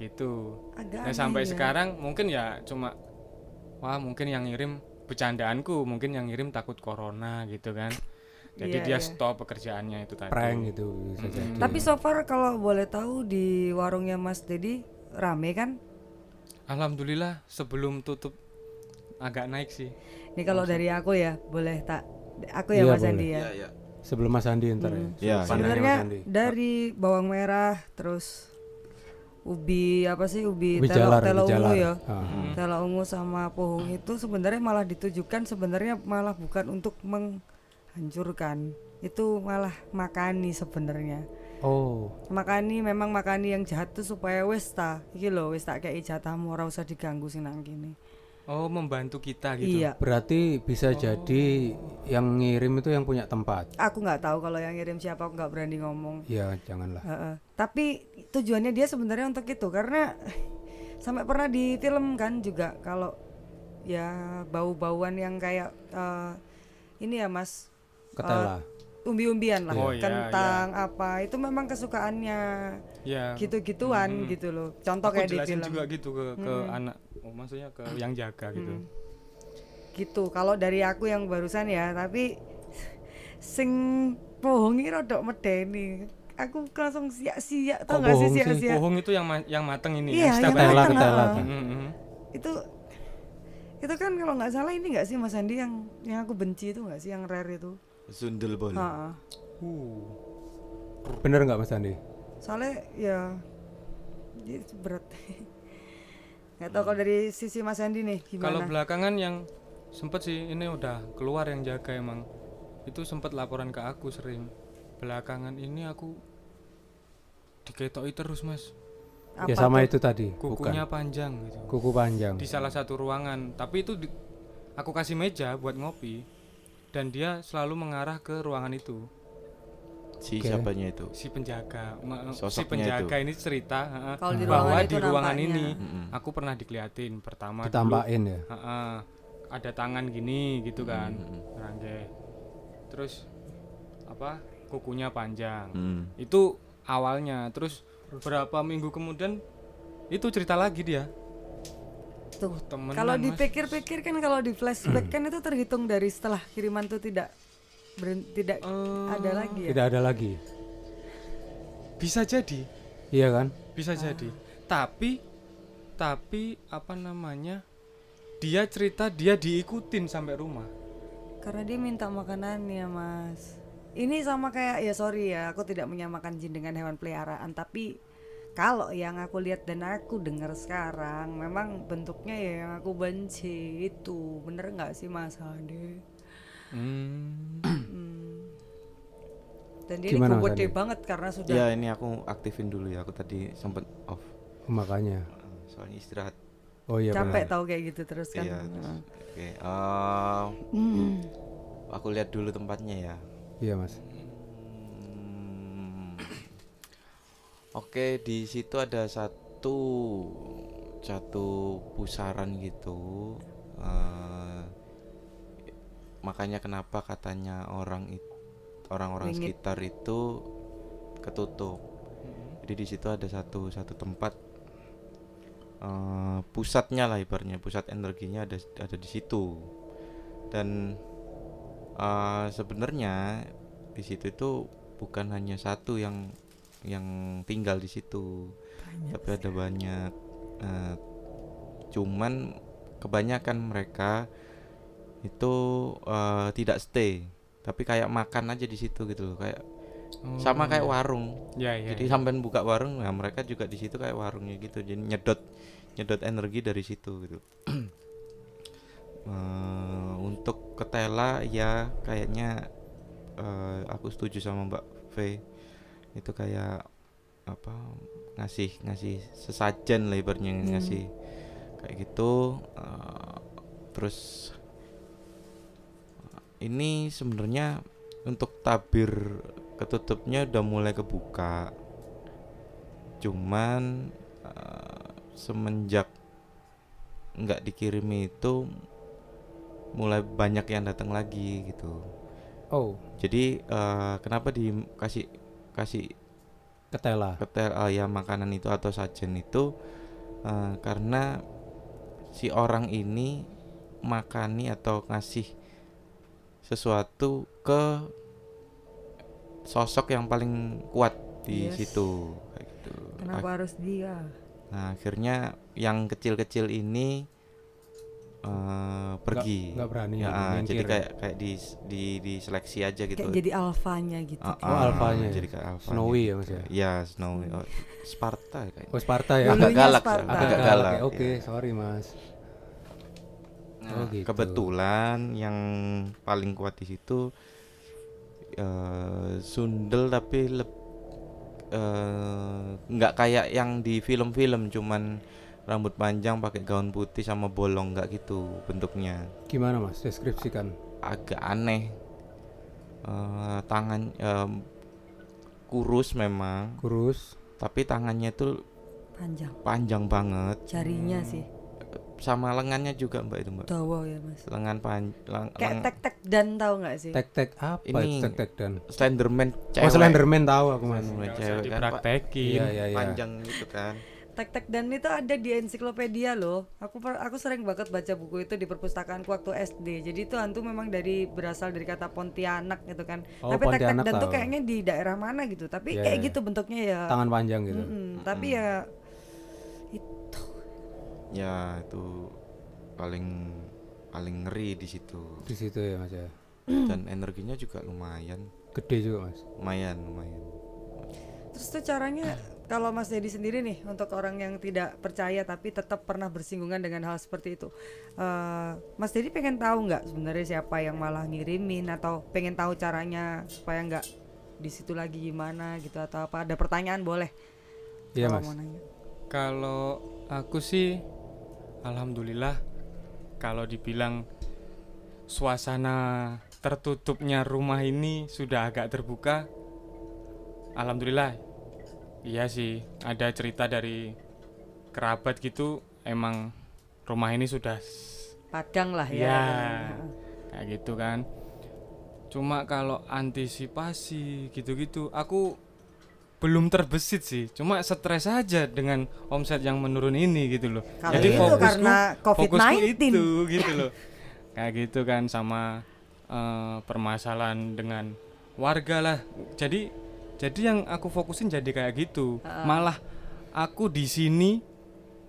[SPEAKER 6] Gitu.
[SPEAKER 3] Agak
[SPEAKER 6] Nah
[SPEAKER 3] aneh
[SPEAKER 6] sampai
[SPEAKER 3] ya.
[SPEAKER 6] sekarang mungkin ya cuma wah mungkin yang ngirim bercandaanku, mungkin yang ngirim takut corona gitu kan. Jadi
[SPEAKER 3] Iya, iya.
[SPEAKER 6] dia stop pekerjaannya itu tadi.
[SPEAKER 5] Prank itu bisa
[SPEAKER 6] Mm-mm.
[SPEAKER 5] jadi.
[SPEAKER 3] Tapi so far kalau boleh tahu di warungnya Mas Dedi rame kan?
[SPEAKER 6] Alhamdulillah sebelum tutup agak naik sih.
[SPEAKER 3] Ini kalau dari aku ya, boleh tak? Aku ya
[SPEAKER 5] Iya,
[SPEAKER 3] Mas Andi ya.
[SPEAKER 4] Ya, ya.
[SPEAKER 5] Sebelum Mas Andi ntar ya.
[SPEAKER 4] Ya,
[SPEAKER 5] Pandangan
[SPEAKER 3] Sebenarnya
[SPEAKER 5] Mas Andi.
[SPEAKER 3] dari bawang merah terus ubi apa sih ubi,
[SPEAKER 5] Ubi
[SPEAKER 3] telo,
[SPEAKER 5] jalar,
[SPEAKER 3] telo
[SPEAKER 5] ubi
[SPEAKER 3] ungu
[SPEAKER 5] jalar.
[SPEAKER 3] ya.
[SPEAKER 5] Ah.
[SPEAKER 4] Hmm.
[SPEAKER 3] Telo ungu sama pohon itu sebenarnya malah ditujukan sebenarnya malah bukan untuk menghancurkan. Itu malah makani sebenarnya.
[SPEAKER 5] Oh.
[SPEAKER 3] Makani memang makani yang jahat tuh supaya wis ta. Iki lho wis tak kei jatahmu ora usah diganggu sing nang kene.
[SPEAKER 6] Oh, membantu kita gitu.
[SPEAKER 3] Iya.
[SPEAKER 5] Berarti bisa jadi yang ngirim itu yang punya tempat.
[SPEAKER 3] Aku nggak tahu kalau yang ngirim siapa aku nggak berani ngomong.
[SPEAKER 5] Ya janganlah.
[SPEAKER 3] Heeh. Tapi tujuannya dia sebenarnya untuk itu karena sampai pernah di film kan juga kalau ya bau-bauan yang kayak eh, ini ya Mas
[SPEAKER 5] Ketela.
[SPEAKER 3] eh, umbi-umbian lah,
[SPEAKER 6] Oh, iya,
[SPEAKER 3] kentang apa itu memang kesukaannya
[SPEAKER 6] Ya.
[SPEAKER 3] gitu-gituan gitu loh. Contoh
[SPEAKER 6] Aku
[SPEAKER 3] kayak di
[SPEAKER 6] jelasin
[SPEAKER 3] film.
[SPEAKER 6] juga gitu ke ke anak. Oh, maksudnya ke yang jaga gitu.
[SPEAKER 3] Mm. Gitu. Kalau dari aku yang barusan ya, tapi sing bohongi rodok medeni. Aku langsung sia-sia
[SPEAKER 5] Kok
[SPEAKER 3] tau gak sih
[SPEAKER 5] bohong sih?
[SPEAKER 3] sia-sia
[SPEAKER 6] Bohong itu yang ma- yang mateng
[SPEAKER 3] ya,
[SPEAKER 6] ini
[SPEAKER 3] Iya,
[SPEAKER 6] yang
[SPEAKER 3] yang
[SPEAKER 6] setiap
[SPEAKER 5] Ketela,
[SPEAKER 3] mateng,
[SPEAKER 5] ketela.
[SPEAKER 3] heeh.
[SPEAKER 6] Mm, mm.
[SPEAKER 3] itu itu kan kalau nggak salah ini nggak sih Mas Andi yang yang aku benci itu nggak sih yang rare itu
[SPEAKER 4] Zundel bol.
[SPEAKER 3] Heeh.
[SPEAKER 6] Uh,
[SPEAKER 5] Bener nggak Mas Andi?
[SPEAKER 3] soalnya ya jadi berat nggak tahu kalau dari sisi Mas Andi nih gimana
[SPEAKER 6] Kalau belakangan yang sempet sih ini udah keluar yang jaga emang. Itu sempet laporan ke aku sering. Belakangan ini aku diketoi terus, Mas.
[SPEAKER 5] ya
[SPEAKER 3] Apa
[SPEAKER 5] sama
[SPEAKER 3] tuh?
[SPEAKER 5] itu tadi.
[SPEAKER 6] Kukunya
[SPEAKER 5] Bukan.
[SPEAKER 6] panjang gitu.
[SPEAKER 5] Kuku panjang.
[SPEAKER 6] di salah satu ruangan tapi itu di- aku kasih meja buat ngopi dan dia selalu mengarah ke ruangan itu
[SPEAKER 4] Si
[SPEAKER 5] Oke.
[SPEAKER 4] siapanya itu?
[SPEAKER 6] si penjaga ma- si
[SPEAKER 4] Sosoknya
[SPEAKER 6] penjaga ini cerita heeh,
[SPEAKER 3] Kalau di
[SPEAKER 6] bahwa
[SPEAKER 3] ruangan
[SPEAKER 6] di
[SPEAKER 3] itu
[SPEAKER 6] ruangan
[SPEAKER 3] nampaknya.
[SPEAKER 6] ini
[SPEAKER 4] Mm-mm.
[SPEAKER 6] aku pernah dikeliatin pertama dulu,
[SPEAKER 5] Ditambahin ya.
[SPEAKER 6] heeh, ada tangan gini gitu kan
[SPEAKER 4] Hmm,
[SPEAKER 6] rangge terus apa kukunya panjang
[SPEAKER 4] Hmm.
[SPEAKER 6] itu awalnya terus berapa minggu kemudian itu cerita lagi dia
[SPEAKER 3] Tuh.
[SPEAKER 6] temenan,
[SPEAKER 3] kalau
[SPEAKER 6] Mas.
[SPEAKER 3] dipikir-pikir kan kalau di flashback kan itu terhitung dari setelah kiriman tuh tidak beren- tidak
[SPEAKER 6] Eh,
[SPEAKER 3] ada lagi ya
[SPEAKER 5] Tidak ada lagi.
[SPEAKER 6] bisa jadi
[SPEAKER 5] Iya kan?
[SPEAKER 6] bisa jadi tapi tapi apa namanya dia cerita dia diikutin sampai rumah
[SPEAKER 3] karena dia minta makanan ya Mas ini sama kayak ya sorry ya aku tidak menyamakan jin dengan hewan peliharaan tapi kalau yang aku lihat dan aku dengar sekarang memang bentuknya ya yang aku benci itu bener nggak sih Mas Hade?
[SPEAKER 4] Hmm.
[SPEAKER 3] Dan dia ini
[SPEAKER 5] Gimana, Mas
[SPEAKER 3] gede
[SPEAKER 5] Hade?
[SPEAKER 3] banget karena sudah
[SPEAKER 4] Ya ini aku aktifin dulu ya. Aku tadi sempet off.
[SPEAKER 5] Oh,
[SPEAKER 4] Hmm,
[SPEAKER 5] Makanya.
[SPEAKER 4] Soalnya istirahat.
[SPEAKER 5] Oh iya
[SPEAKER 3] capek
[SPEAKER 5] benar.
[SPEAKER 3] tau kayak gitu terus kan.
[SPEAKER 4] Iya. terus.
[SPEAKER 3] Heeh.
[SPEAKER 4] Oke. eh,
[SPEAKER 3] Hmm.
[SPEAKER 4] aku lihat dulu tempatnya ya.
[SPEAKER 5] Iya Mas.
[SPEAKER 4] Hmm. Oke, di situ ada satu satu pusaran gitu. Eh, makanya kenapa katanya orang it- orang-orang
[SPEAKER 3] Wingit.
[SPEAKER 4] sekitar itu ketutup. Jadi di situ ada satu satu tempat eh, pusatnya lah ibarnya pusat energinya ada ada di situ dan eh, sebenarnya di situ itu bukan hanya satu yang yang tinggal di situ tapi ada banyak Eh, cuman kebanyakan mereka itu eh, tidak stay tapi kayak makan aja di situ gitu loh kayak sama kayak warung
[SPEAKER 6] Hmm. ya, ya,
[SPEAKER 4] jadi sampean buka warung, nah mereka juga di situ kayak warungnya gitu. Jadi nyedot nyedot energi dari situ gitu. Eh, untuk ketela ya kayaknya eh, aku setuju sama Mbak V. Itu kayak apa ngasih ngasih sesajen lebarnya
[SPEAKER 3] Hmm.
[SPEAKER 4] ngasih kayak gitu. eh, terus ini sebenarnya untuk tabir ketutupnya udah mulai kebuka cuman eh, semenjak nggak dikirimi itu mulai banyak yang datang lagi gitu
[SPEAKER 5] Oh,
[SPEAKER 4] jadi eh, kenapa dikasih kasih
[SPEAKER 5] ketela.
[SPEAKER 4] ketel ayam makanan itu atau sajen itu eh, karena si orang ini makani atau ngasih sesuatu ke sosok yang paling kuat
[SPEAKER 3] Yes.
[SPEAKER 4] di situ kayak gitu.
[SPEAKER 3] Kenapa harus dia?
[SPEAKER 4] Nah, akhirnya yang kecil-kecil ini eh, pergi.
[SPEAKER 5] nggak berani,
[SPEAKER 4] Ya,
[SPEAKER 5] nggak berani
[SPEAKER 4] jadi
[SPEAKER 5] nyingkir.
[SPEAKER 4] kayak kayak di di diseleksi aja gitu.
[SPEAKER 3] Kayak jadi alfanya gitu.
[SPEAKER 4] Ah,
[SPEAKER 5] Oh,
[SPEAKER 4] ah,
[SPEAKER 5] alfanya.
[SPEAKER 4] Jadi kayak alfanya
[SPEAKER 5] Snowy ya,
[SPEAKER 4] gitu.
[SPEAKER 5] Mas ya?
[SPEAKER 4] Iya, Snowy. Oh, Sparta ya kayaknya.
[SPEAKER 5] Oh, Sparta ya.
[SPEAKER 3] Dulunya
[SPEAKER 4] Agak galak,
[SPEAKER 3] Sparta.
[SPEAKER 4] agak
[SPEAKER 5] Agak galak.
[SPEAKER 4] galak,
[SPEAKER 5] ya. Oke,
[SPEAKER 4] iya.
[SPEAKER 5] sorry Mas.
[SPEAKER 4] Nah,
[SPEAKER 5] gitu.
[SPEAKER 4] Kebetulan yang paling kuat di situ eh, sundel tapi leb- eh, nggak kayak yang di film-film cuman rambut panjang pakai gaun putih sama bolong nggak gitu bentuknya
[SPEAKER 5] Gimana Mas? Deskripsikan.
[SPEAKER 4] agak aneh Eh, tangan em, kurus memang
[SPEAKER 5] Kurus.
[SPEAKER 4] tapi tangannya tuh
[SPEAKER 3] Panjang.
[SPEAKER 4] panjang banget
[SPEAKER 3] Jarinya sih.
[SPEAKER 4] sama lengannya juga mbak itu mbak
[SPEAKER 3] Dawa ya mas.
[SPEAKER 4] lengan pan lang-
[SPEAKER 3] Kayak
[SPEAKER 4] leng-
[SPEAKER 3] tek-tek dan tahu nggak sih?
[SPEAKER 5] Tek-tek apa?
[SPEAKER 4] Ini-
[SPEAKER 5] itu Tek-tek dan.
[SPEAKER 4] Slenderman cewek
[SPEAKER 5] Oh, Slenderman tahu aku Mas.
[SPEAKER 4] Slenderman
[SPEAKER 6] Nggak usah
[SPEAKER 4] cewek kan Pak.
[SPEAKER 6] dipraktekin
[SPEAKER 5] Iya, iya, iya.
[SPEAKER 4] panjang gitu kan
[SPEAKER 3] Tek-tek dan itu ada di ensiklopedia loh. Aku per- aku sering banget baca buku itu di perpustakaanku waktu SD. Jadi itu hantu memang dari berasal dari kata Pontianak gitu kan.
[SPEAKER 5] Oh,
[SPEAKER 3] tapi tek-tek
[SPEAKER 5] Pontianak
[SPEAKER 3] dan tuh
[SPEAKER 5] tahu.
[SPEAKER 3] kayaknya di daerah mana gitu. Tapi
[SPEAKER 5] Iya,
[SPEAKER 3] kayak
[SPEAKER 5] iya.
[SPEAKER 3] gitu bentuknya ya.
[SPEAKER 5] Tangan panjang gitu.
[SPEAKER 3] Mm-mm, Tapi ya
[SPEAKER 4] ya itu paling paling ngeri di situ
[SPEAKER 5] Di situ ya Mas ya.
[SPEAKER 4] dan energinya juga lumayan
[SPEAKER 5] Gede juga Mas.
[SPEAKER 4] lumayan lumayan
[SPEAKER 3] terus tuh caranya kalau Mas Dedi sendiri nih untuk orang yang tidak percaya tapi tetap pernah bersinggungan dengan hal seperti itu. Eh, Mas Dedi pengen tahu nggak sebenarnya siapa yang malah ngirimin atau pengen tahu caranya supaya nggak di situ lagi gimana gitu atau apa ada pertanyaan boleh
[SPEAKER 5] Iya
[SPEAKER 3] kalau
[SPEAKER 5] Mas.
[SPEAKER 3] mau nanya.
[SPEAKER 6] Kalau aku sih alhamdulillah kalau dibilang suasana tertutupnya rumah ini sudah agak terbuka. Alhamdulillah. Iya sih, ada cerita dari kerabat gitu emang rumah ini sudah s-
[SPEAKER 3] Padang lah ya.
[SPEAKER 6] Ya.
[SPEAKER 3] Heeh.
[SPEAKER 6] kayak gitu kan. Cuma kalau antisipasi gitu-gitu aku belum terbesit sih. Cuma stres aja dengan omset yang menurun ini gitu loh.
[SPEAKER 3] Kalau
[SPEAKER 6] Jadi
[SPEAKER 3] itu
[SPEAKER 6] fokusku-
[SPEAKER 3] karena
[SPEAKER 6] Fokusku
[SPEAKER 3] COVID-19.
[SPEAKER 6] itu gitu loh. Kayak gitu kan sama eh, permasalahan dengan warga lah. Jadi jadi yang aku fokusin jadi kayak gitu. Malah aku di sini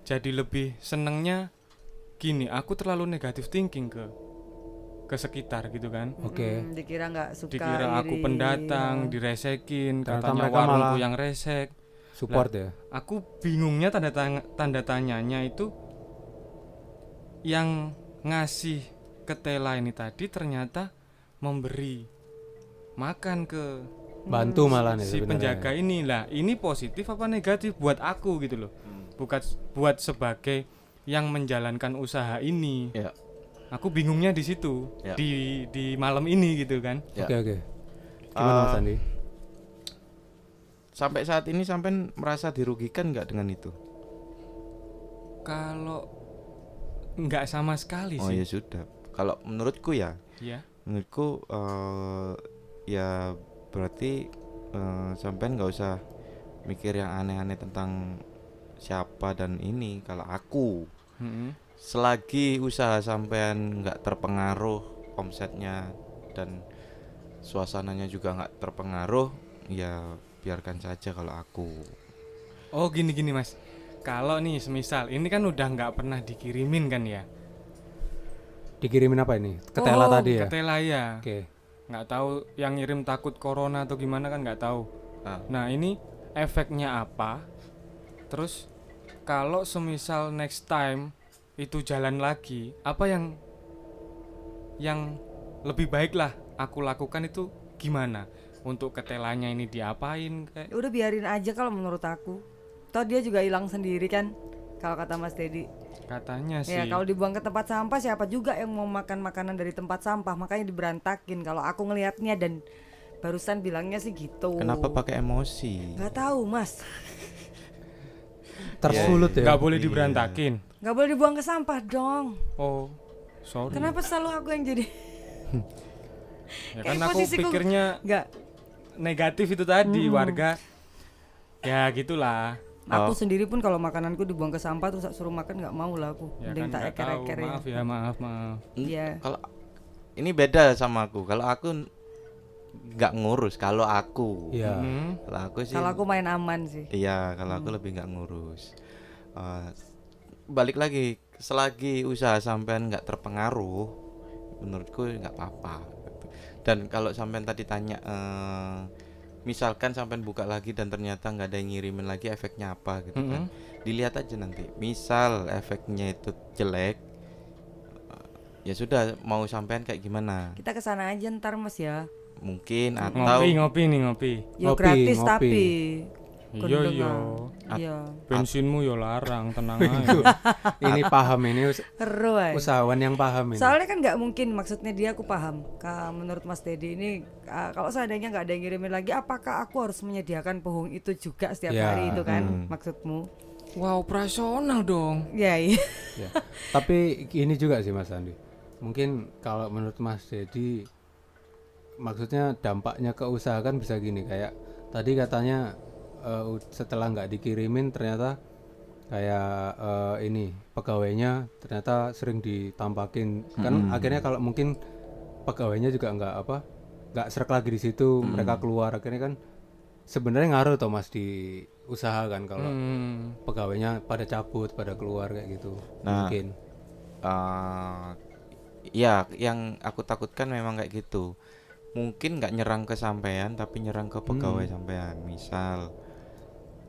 [SPEAKER 6] jadi lebih senengnya gini, aku terlalu negatif thinking ke ke sekitar gitu kan.
[SPEAKER 5] Oke.
[SPEAKER 3] Mm, dikira nggak suka.
[SPEAKER 6] Dikira aku
[SPEAKER 3] iri.
[SPEAKER 6] pendatang,
[SPEAKER 3] Heeh.
[SPEAKER 6] diresekin,
[SPEAKER 5] Ternyata
[SPEAKER 6] katanya
[SPEAKER 5] mereka
[SPEAKER 6] warungku
[SPEAKER 5] malah-
[SPEAKER 6] yang resek
[SPEAKER 5] Support ya.
[SPEAKER 6] aku bingungnya tanda tang- tanda tanyanya itu yang ngasih ketela ini tadi ternyata memberi makan ke
[SPEAKER 5] Bantu
[SPEAKER 3] Mm.
[SPEAKER 5] malah nih
[SPEAKER 6] si
[SPEAKER 5] ya sebenarnya.
[SPEAKER 6] penjaga ini lah ini positif apa negatif buat aku gitu loh
[SPEAKER 4] Hmm.
[SPEAKER 6] bukan s- buat sebagai yang menjalankan usaha ini
[SPEAKER 5] Iya.
[SPEAKER 4] ya
[SPEAKER 6] aku bingungnya di situ
[SPEAKER 4] Ya.
[SPEAKER 6] di di malam ini gitu kan
[SPEAKER 4] Ya.
[SPEAKER 5] Oke oke. Gimana Mas
[SPEAKER 4] Eh,
[SPEAKER 5] Andi?
[SPEAKER 4] sampai saat ini sampai merasa dirugikan nggak dengan itu
[SPEAKER 6] kalau nggak sama sekali
[SPEAKER 4] oh ya
[SPEAKER 6] sih
[SPEAKER 4] sudah kalau menurutku ya
[SPEAKER 6] ya
[SPEAKER 4] menurutku eh, ya berarti eh, sampean nggak usah mikir yang aneh-aneh tentang siapa dan ini kalau aku
[SPEAKER 6] Mm-mm.
[SPEAKER 4] selagi usaha sampean nggak terpengaruh omsetnya dan suasananya juga nggak terpengaruh ya biarkan saja kalau aku
[SPEAKER 6] Oh gini gini mas, kalau nih semisal ini kan udah nggak pernah dikirimin kan ya?
[SPEAKER 5] Dikirimin apa ini? Ketela
[SPEAKER 3] Oh,
[SPEAKER 5] tadi ya.
[SPEAKER 6] Ketela ya,
[SPEAKER 5] Oke.
[SPEAKER 6] nggak tahu yang ngirim takut corona atau gimana kan nggak tahu.
[SPEAKER 4] Ah.
[SPEAKER 6] Nah ini efeknya apa? Terus kalau semisal next time itu jalan lagi, apa yang yang lebih baik lah aku lakukan itu gimana? Untuk ketelanya ini diapain kayak?
[SPEAKER 3] Ya udah biarin aja kalau menurut aku toh dia juga hilang sendiri kan kalau kata Mas Dedi
[SPEAKER 6] Katanya sih.
[SPEAKER 3] ya kalau dibuang ke tempat sampah siapa juga yang mau makan makanan dari tempat sampah makanya diberantakin kalau aku ngelihatnya dan barusan bilangnya sih gitu
[SPEAKER 4] kenapa pakai emosi
[SPEAKER 3] nggak tahu Mas
[SPEAKER 5] Tersulut ya.
[SPEAKER 6] Nggak boleh diberantakin.
[SPEAKER 3] nggak boleh dibuang ke sampah dong
[SPEAKER 6] Oh, sorry.
[SPEAKER 3] kenapa selalu aku yang jadi
[SPEAKER 6] Ya
[SPEAKER 3] Kayak
[SPEAKER 6] kan aku
[SPEAKER 3] posisiku-
[SPEAKER 6] pikirnya
[SPEAKER 3] nggak
[SPEAKER 6] negatif itu tadi warga. Ya gitulah. Oh.
[SPEAKER 3] aku sendiri pun kalau makananku dibuang ke sampah terus tak suruh makan nggak mau lah aku
[SPEAKER 6] Ya
[SPEAKER 3] Mending
[SPEAKER 6] kan
[SPEAKER 3] tak
[SPEAKER 6] nggak tahu.
[SPEAKER 3] eker-ekerin.
[SPEAKER 6] Maaf Hmm. ya, maaf maaf.
[SPEAKER 3] Iya.
[SPEAKER 4] kalau ini beda sama aku kalau aku n- nggak ngurus kalau aku
[SPEAKER 5] Iya.
[SPEAKER 6] Hmm.
[SPEAKER 4] kalau aku sih
[SPEAKER 3] kalau aku main aman sih
[SPEAKER 4] iya kalau aku lebih nggak ngurus Eh, balik lagi selagi usaha sampean nggak terpengaruh menurutku nggak apa-apa dan kalau sampean tadi tanya eh, misalkan sampean buka lagi dan ternyata nggak ada yang ngirimin lagi efeknya apa gitu kan dilihat aja nanti misal efeknya itu jelek eh, ya sudah mau sampean kayak gimana
[SPEAKER 3] kita kesana aja ntar Mas ya
[SPEAKER 4] mungkin atau
[SPEAKER 6] Ngopi ngopi nih ngopi.
[SPEAKER 3] Yo
[SPEAKER 5] Ngopi,
[SPEAKER 3] gratis
[SPEAKER 5] ngopi.
[SPEAKER 3] tapi
[SPEAKER 6] Iya
[SPEAKER 3] Kendengar.
[SPEAKER 6] iya.
[SPEAKER 3] Iya.
[SPEAKER 6] Bensinmu yo larang, tenang aja.
[SPEAKER 5] ini paham ini us-
[SPEAKER 6] Iya.
[SPEAKER 3] Seru ay.
[SPEAKER 5] usahawan yang paham ini.
[SPEAKER 3] Soalnya kan nggak mungkin maksudnya dia aku paham. Ka- menurut Mas Dedi ini ah, kalau seandainya nggak ada yang ngirimin lagi, apakah aku harus menyediakan pohon itu juga setiap
[SPEAKER 5] Ya,
[SPEAKER 3] hari itu kan
[SPEAKER 6] hmm.
[SPEAKER 3] maksudmu?
[SPEAKER 6] Wah, operasional dong.
[SPEAKER 3] Ya iya.
[SPEAKER 5] Ya. Tapi ini juga sih Mas Andi. Mungkin kalau menurut Mas Dedi maksudnya dampaknya ke usaha kan bisa gini kayak tadi katanya eh, u- setelah nggak dikirimin ternyata kayak eh, ini pegawainya ternyata sering ditampakin kan akhirnya kalau mungkin pegawainya juga nggak apa nggak serak lagi di situ mereka keluar akhirnya kan sebenarnya ngaruh toh mas di usaha kan kalau
[SPEAKER 6] Hmm.
[SPEAKER 5] pegawainya pada cabut pada keluar kayak gitu
[SPEAKER 4] Nah.
[SPEAKER 5] mungkin
[SPEAKER 4] eh ya yang aku takutkan memang kayak gitu mungkin nggak nyerang ke sampean tapi nyerang ke pegawai
[SPEAKER 6] Hmm.
[SPEAKER 4] sampean misal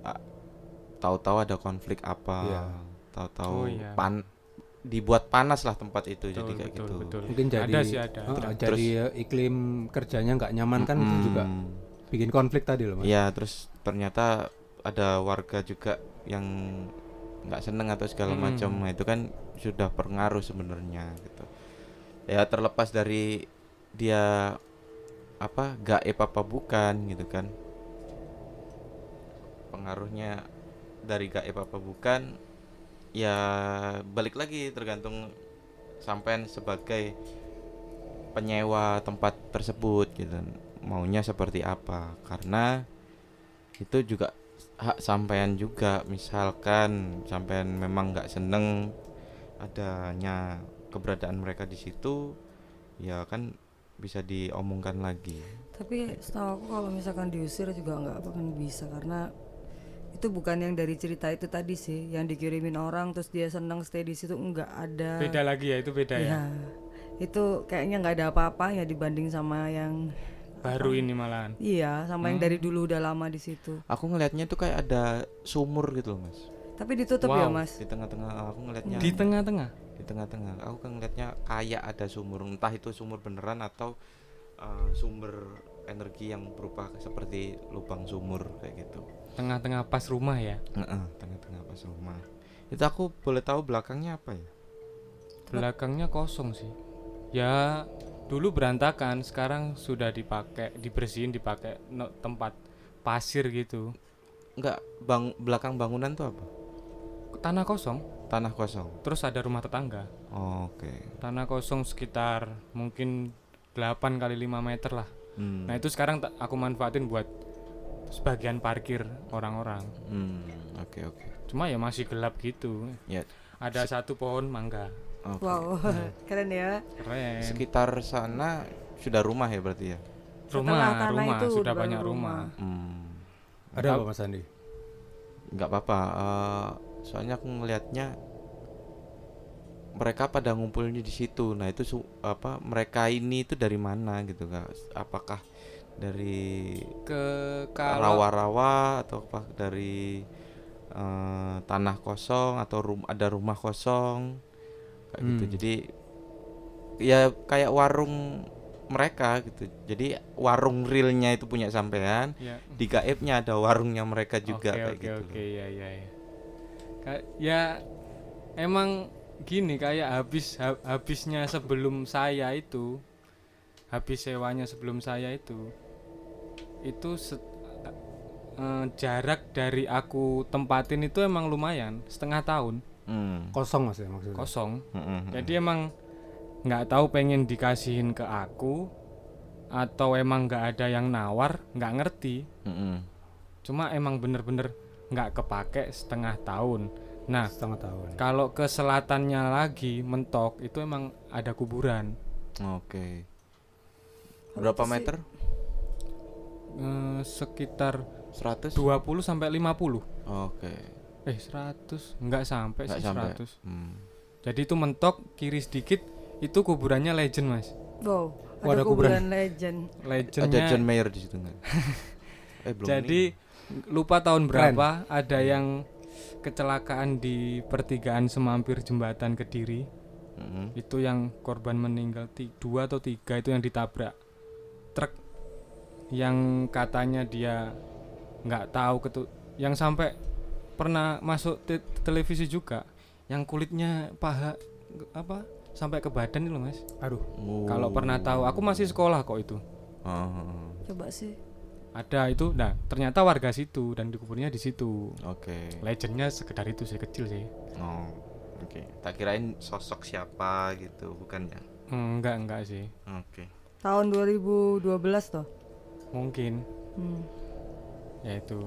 [SPEAKER 4] ah, tahu-tahu ada konflik apa
[SPEAKER 5] Iya.
[SPEAKER 4] tahu-tahu
[SPEAKER 6] Oh, iya.
[SPEAKER 4] pan dibuat panas lah tempat itu jadi
[SPEAKER 6] Betul
[SPEAKER 4] kayak
[SPEAKER 6] betul
[SPEAKER 4] gitu
[SPEAKER 6] betul.
[SPEAKER 5] mungkin jadi
[SPEAKER 6] Ada sih ada.
[SPEAKER 5] Heeh, jadi eh, iklim kerjanya nggak nyaman kan itu juga
[SPEAKER 4] Hmm,
[SPEAKER 5] bikin konflik tadi loh mas
[SPEAKER 4] iya terus ternyata ada warga juga yang nggak seneng atau segala
[SPEAKER 6] Mm-mm.
[SPEAKER 4] macam Nah, itu kan sudah pengaruh sebenarnya gitu ya terlepas dari dia apa gaib apa bukan gitu kan pengaruhnya dari gaib apa bukan ya balik lagi tergantung sampean sebagai penyewa tempat tersebut gitu maunya seperti apa karena itu juga hak sampean juga misalkan sampean memang nggak seneng adanya keberadaan mereka di situ ya kan bisa diomongkan lagi
[SPEAKER 3] Tapi setahu aku kalau misalkan diusir juga nggak akan bisa karena itu bukan yang dari cerita itu tadi sih, yang dikirimin orang terus dia senang stay di situ nggak ada.
[SPEAKER 6] Beda lagi ya itu beda ya.
[SPEAKER 3] Ya, itu kayaknya nggak ada apa-apa ya dibanding sama yang
[SPEAKER 6] Baru ini malahan.
[SPEAKER 3] iya sama
[SPEAKER 6] Hmm.
[SPEAKER 3] yang dari dulu udah lama di situ.
[SPEAKER 4] aku ngelihatnya itu kayak ada sumur gitu loh mas
[SPEAKER 3] Tapi ditutup ya
[SPEAKER 6] Wow.
[SPEAKER 3] mas.
[SPEAKER 4] di tengah-tengah aku ngelihatnya
[SPEAKER 6] Di tengah-tengah.
[SPEAKER 4] di tengah-tengah aku kan ngeliatnya kayak ada sumur entah itu sumur beneran atau uh, sumber energi yang berupa seperti lubang sumur kayak gitu
[SPEAKER 6] Tengah-tengah pas rumah ya.
[SPEAKER 4] Heeh, tengah-tengah pas rumah itu aku boleh tahu belakangnya apa ya
[SPEAKER 6] Belakangnya kosong sih. Ya dulu berantakan, sekarang sudah dipakai, dibersihin, dipakai no- tempat pasir gitu.
[SPEAKER 4] enggak bang belakang bangunan tuh apa
[SPEAKER 6] Tanah kosong,
[SPEAKER 4] tanah kosong
[SPEAKER 6] terus ada rumah tetangga.
[SPEAKER 4] Oh, oke
[SPEAKER 6] Tanah kosong sekitar mungkin 8 kali 5 meter lah.
[SPEAKER 4] Hmm,
[SPEAKER 6] Nah, itu sekarang ta- aku manfaatin buat sebagian parkir orang-orang.
[SPEAKER 4] hmm, oke oke
[SPEAKER 6] cuma ya masih gelap gitu
[SPEAKER 4] Ya.
[SPEAKER 6] ada satu pohon mangga
[SPEAKER 4] Oke.
[SPEAKER 3] Wow, keren ya.
[SPEAKER 6] keren
[SPEAKER 4] Sekitar sana sudah rumah ya berarti ya.
[SPEAKER 3] Setelah
[SPEAKER 6] rumah
[SPEAKER 3] tanah
[SPEAKER 6] rumah
[SPEAKER 3] itu
[SPEAKER 6] sudah
[SPEAKER 3] baru
[SPEAKER 6] banyak
[SPEAKER 3] rumah.
[SPEAKER 6] rumah,
[SPEAKER 4] Hmm.
[SPEAKER 5] Ada apa Mas Andi?
[SPEAKER 4] nggak apa-apa eh, soalnya aku ngelihatnya mereka pada ngumpulnya di situ nah itu su- apa mereka ini itu dari mana gitu kak apakah dari
[SPEAKER 6] ke kalau
[SPEAKER 4] rawa-rawa atau apa dari eh, tanah kosong atau rum- ada rumah kosong kayak gitu
[SPEAKER 5] Hmm.
[SPEAKER 4] jadi ya kayak warung mereka gitu jadi warung realnya itu punya sampean
[SPEAKER 6] ya.
[SPEAKER 4] di gaibnya ada warungnya mereka juga
[SPEAKER 6] oke
[SPEAKER 4] kayak
[SPEAKER 6] oke
[SPEAKER 4] gitu
[SPEAKER 6] oke ya ya ya Ka- ya emang gini kayak habis ha- habisnya sebelum saya itu habis sewanya sebelum saya itu itu se- eh, jarak dari aku tempatin itu emang lumayan setengah tahun
[SPEAKER 4] Hmm.
[SPEAKER 5] Kosong Mas ya maksudnya.
[SPEAKER 6] kosong
[SPEAKER 4] Mm-mm.
[SPEAKER 6] Jadi emang nggak tahu pengen dikasihin ke aku atau emang nggak ada yang nawar, nggak ngerti.
[SPEAKER 4] Mm-mm.
[SPEAKER 6] Cuma emang bener-bener nggak kepake setengah tahun. Nah,
[SPEAKER 5] Setengah tahun.
[SPEAKER 6] kalau ke selatannya lagi mentok itu emang ada kuburan.
[SPEAKER 4] Oke.
[SPEAKER 3] itu
[SPEAKER 4] Berapa
[SPEAKER 3] sih-
[SPEAKER 4] meter?
[SPEAKER 6] Eh, sekitar
[SPEAKER 4] 100?
[SPEAKER 6] 20 sampai 50.
[SPEAKER 4] Oke.
[SPEAKER 6] Eh, 100 nggak sampai
[SPEAKER 4] Nggak
[SPEAKER 6] sih
[SPEAKER 4] sampai.
[SPEAKER 6] 100.
[SPEAKER 4] Hmm.
[SPEAKER 6] Jadi itu mentok kiri sedikit itu kuburannya legend, Mas.
[SPEAKER 3] Wow,
[SPEAKER 5] Wah, ada
[SPEAKER 3] ada kuburan legend.
[SPEAKER 4] Ada
[SPEAKER 6] Legendnya
[SPEAKER 4] John Mayer di situ nggak? eh belum.
[SPEAKER 6] Jadi
[SPEAKER 4] nih.
[SPEAKER 6] lupa tahun
[SPEAKER 5] Keren.
[SPEAKER 6] berapa ada yang kecelakaan di pertigaan semampir jembatan Kediri.
[SPEAKER 4] Mm-mm.
[SPEAKER 6] Itu yang korban meninggal ti- dua atau tiga itu yang ditabrak truk yang katanya dia nggak tahu ketu yang sampai pernah masuk te- televisi juga yang kulitnya paha ke- apa sampai ke badan itu mas
[SPEAKER 5] Aduh.
[SPEAKER 4] Oh.
[SPEAKER 6] kalau pernah tahu aku masih sekolah kok itu
[SPEAKER 4] Ah, ah, ah.
[SPEAKER 3] Coba sih.
[SPEAKER 6] ada itu nah ternyata warga situ dan dikuburnya di situ
[SPEAKER 4] Oke.
[SPEAKER 6] legendnya sekedar itu sih kecil sih
[SPEAKER 4] Oh. Oke. Tak kirain sosok siapa gitu, bukan ya?
[SPEAKER 6] enggak enggak sih
[SPEAKER 4] Oke.
[SPEAKER 3] Tahun 2012 toh.
[SPEAKER 6] mungkin
[SPEAKER 3] Hmm.
[SPEAKER 6] ya itu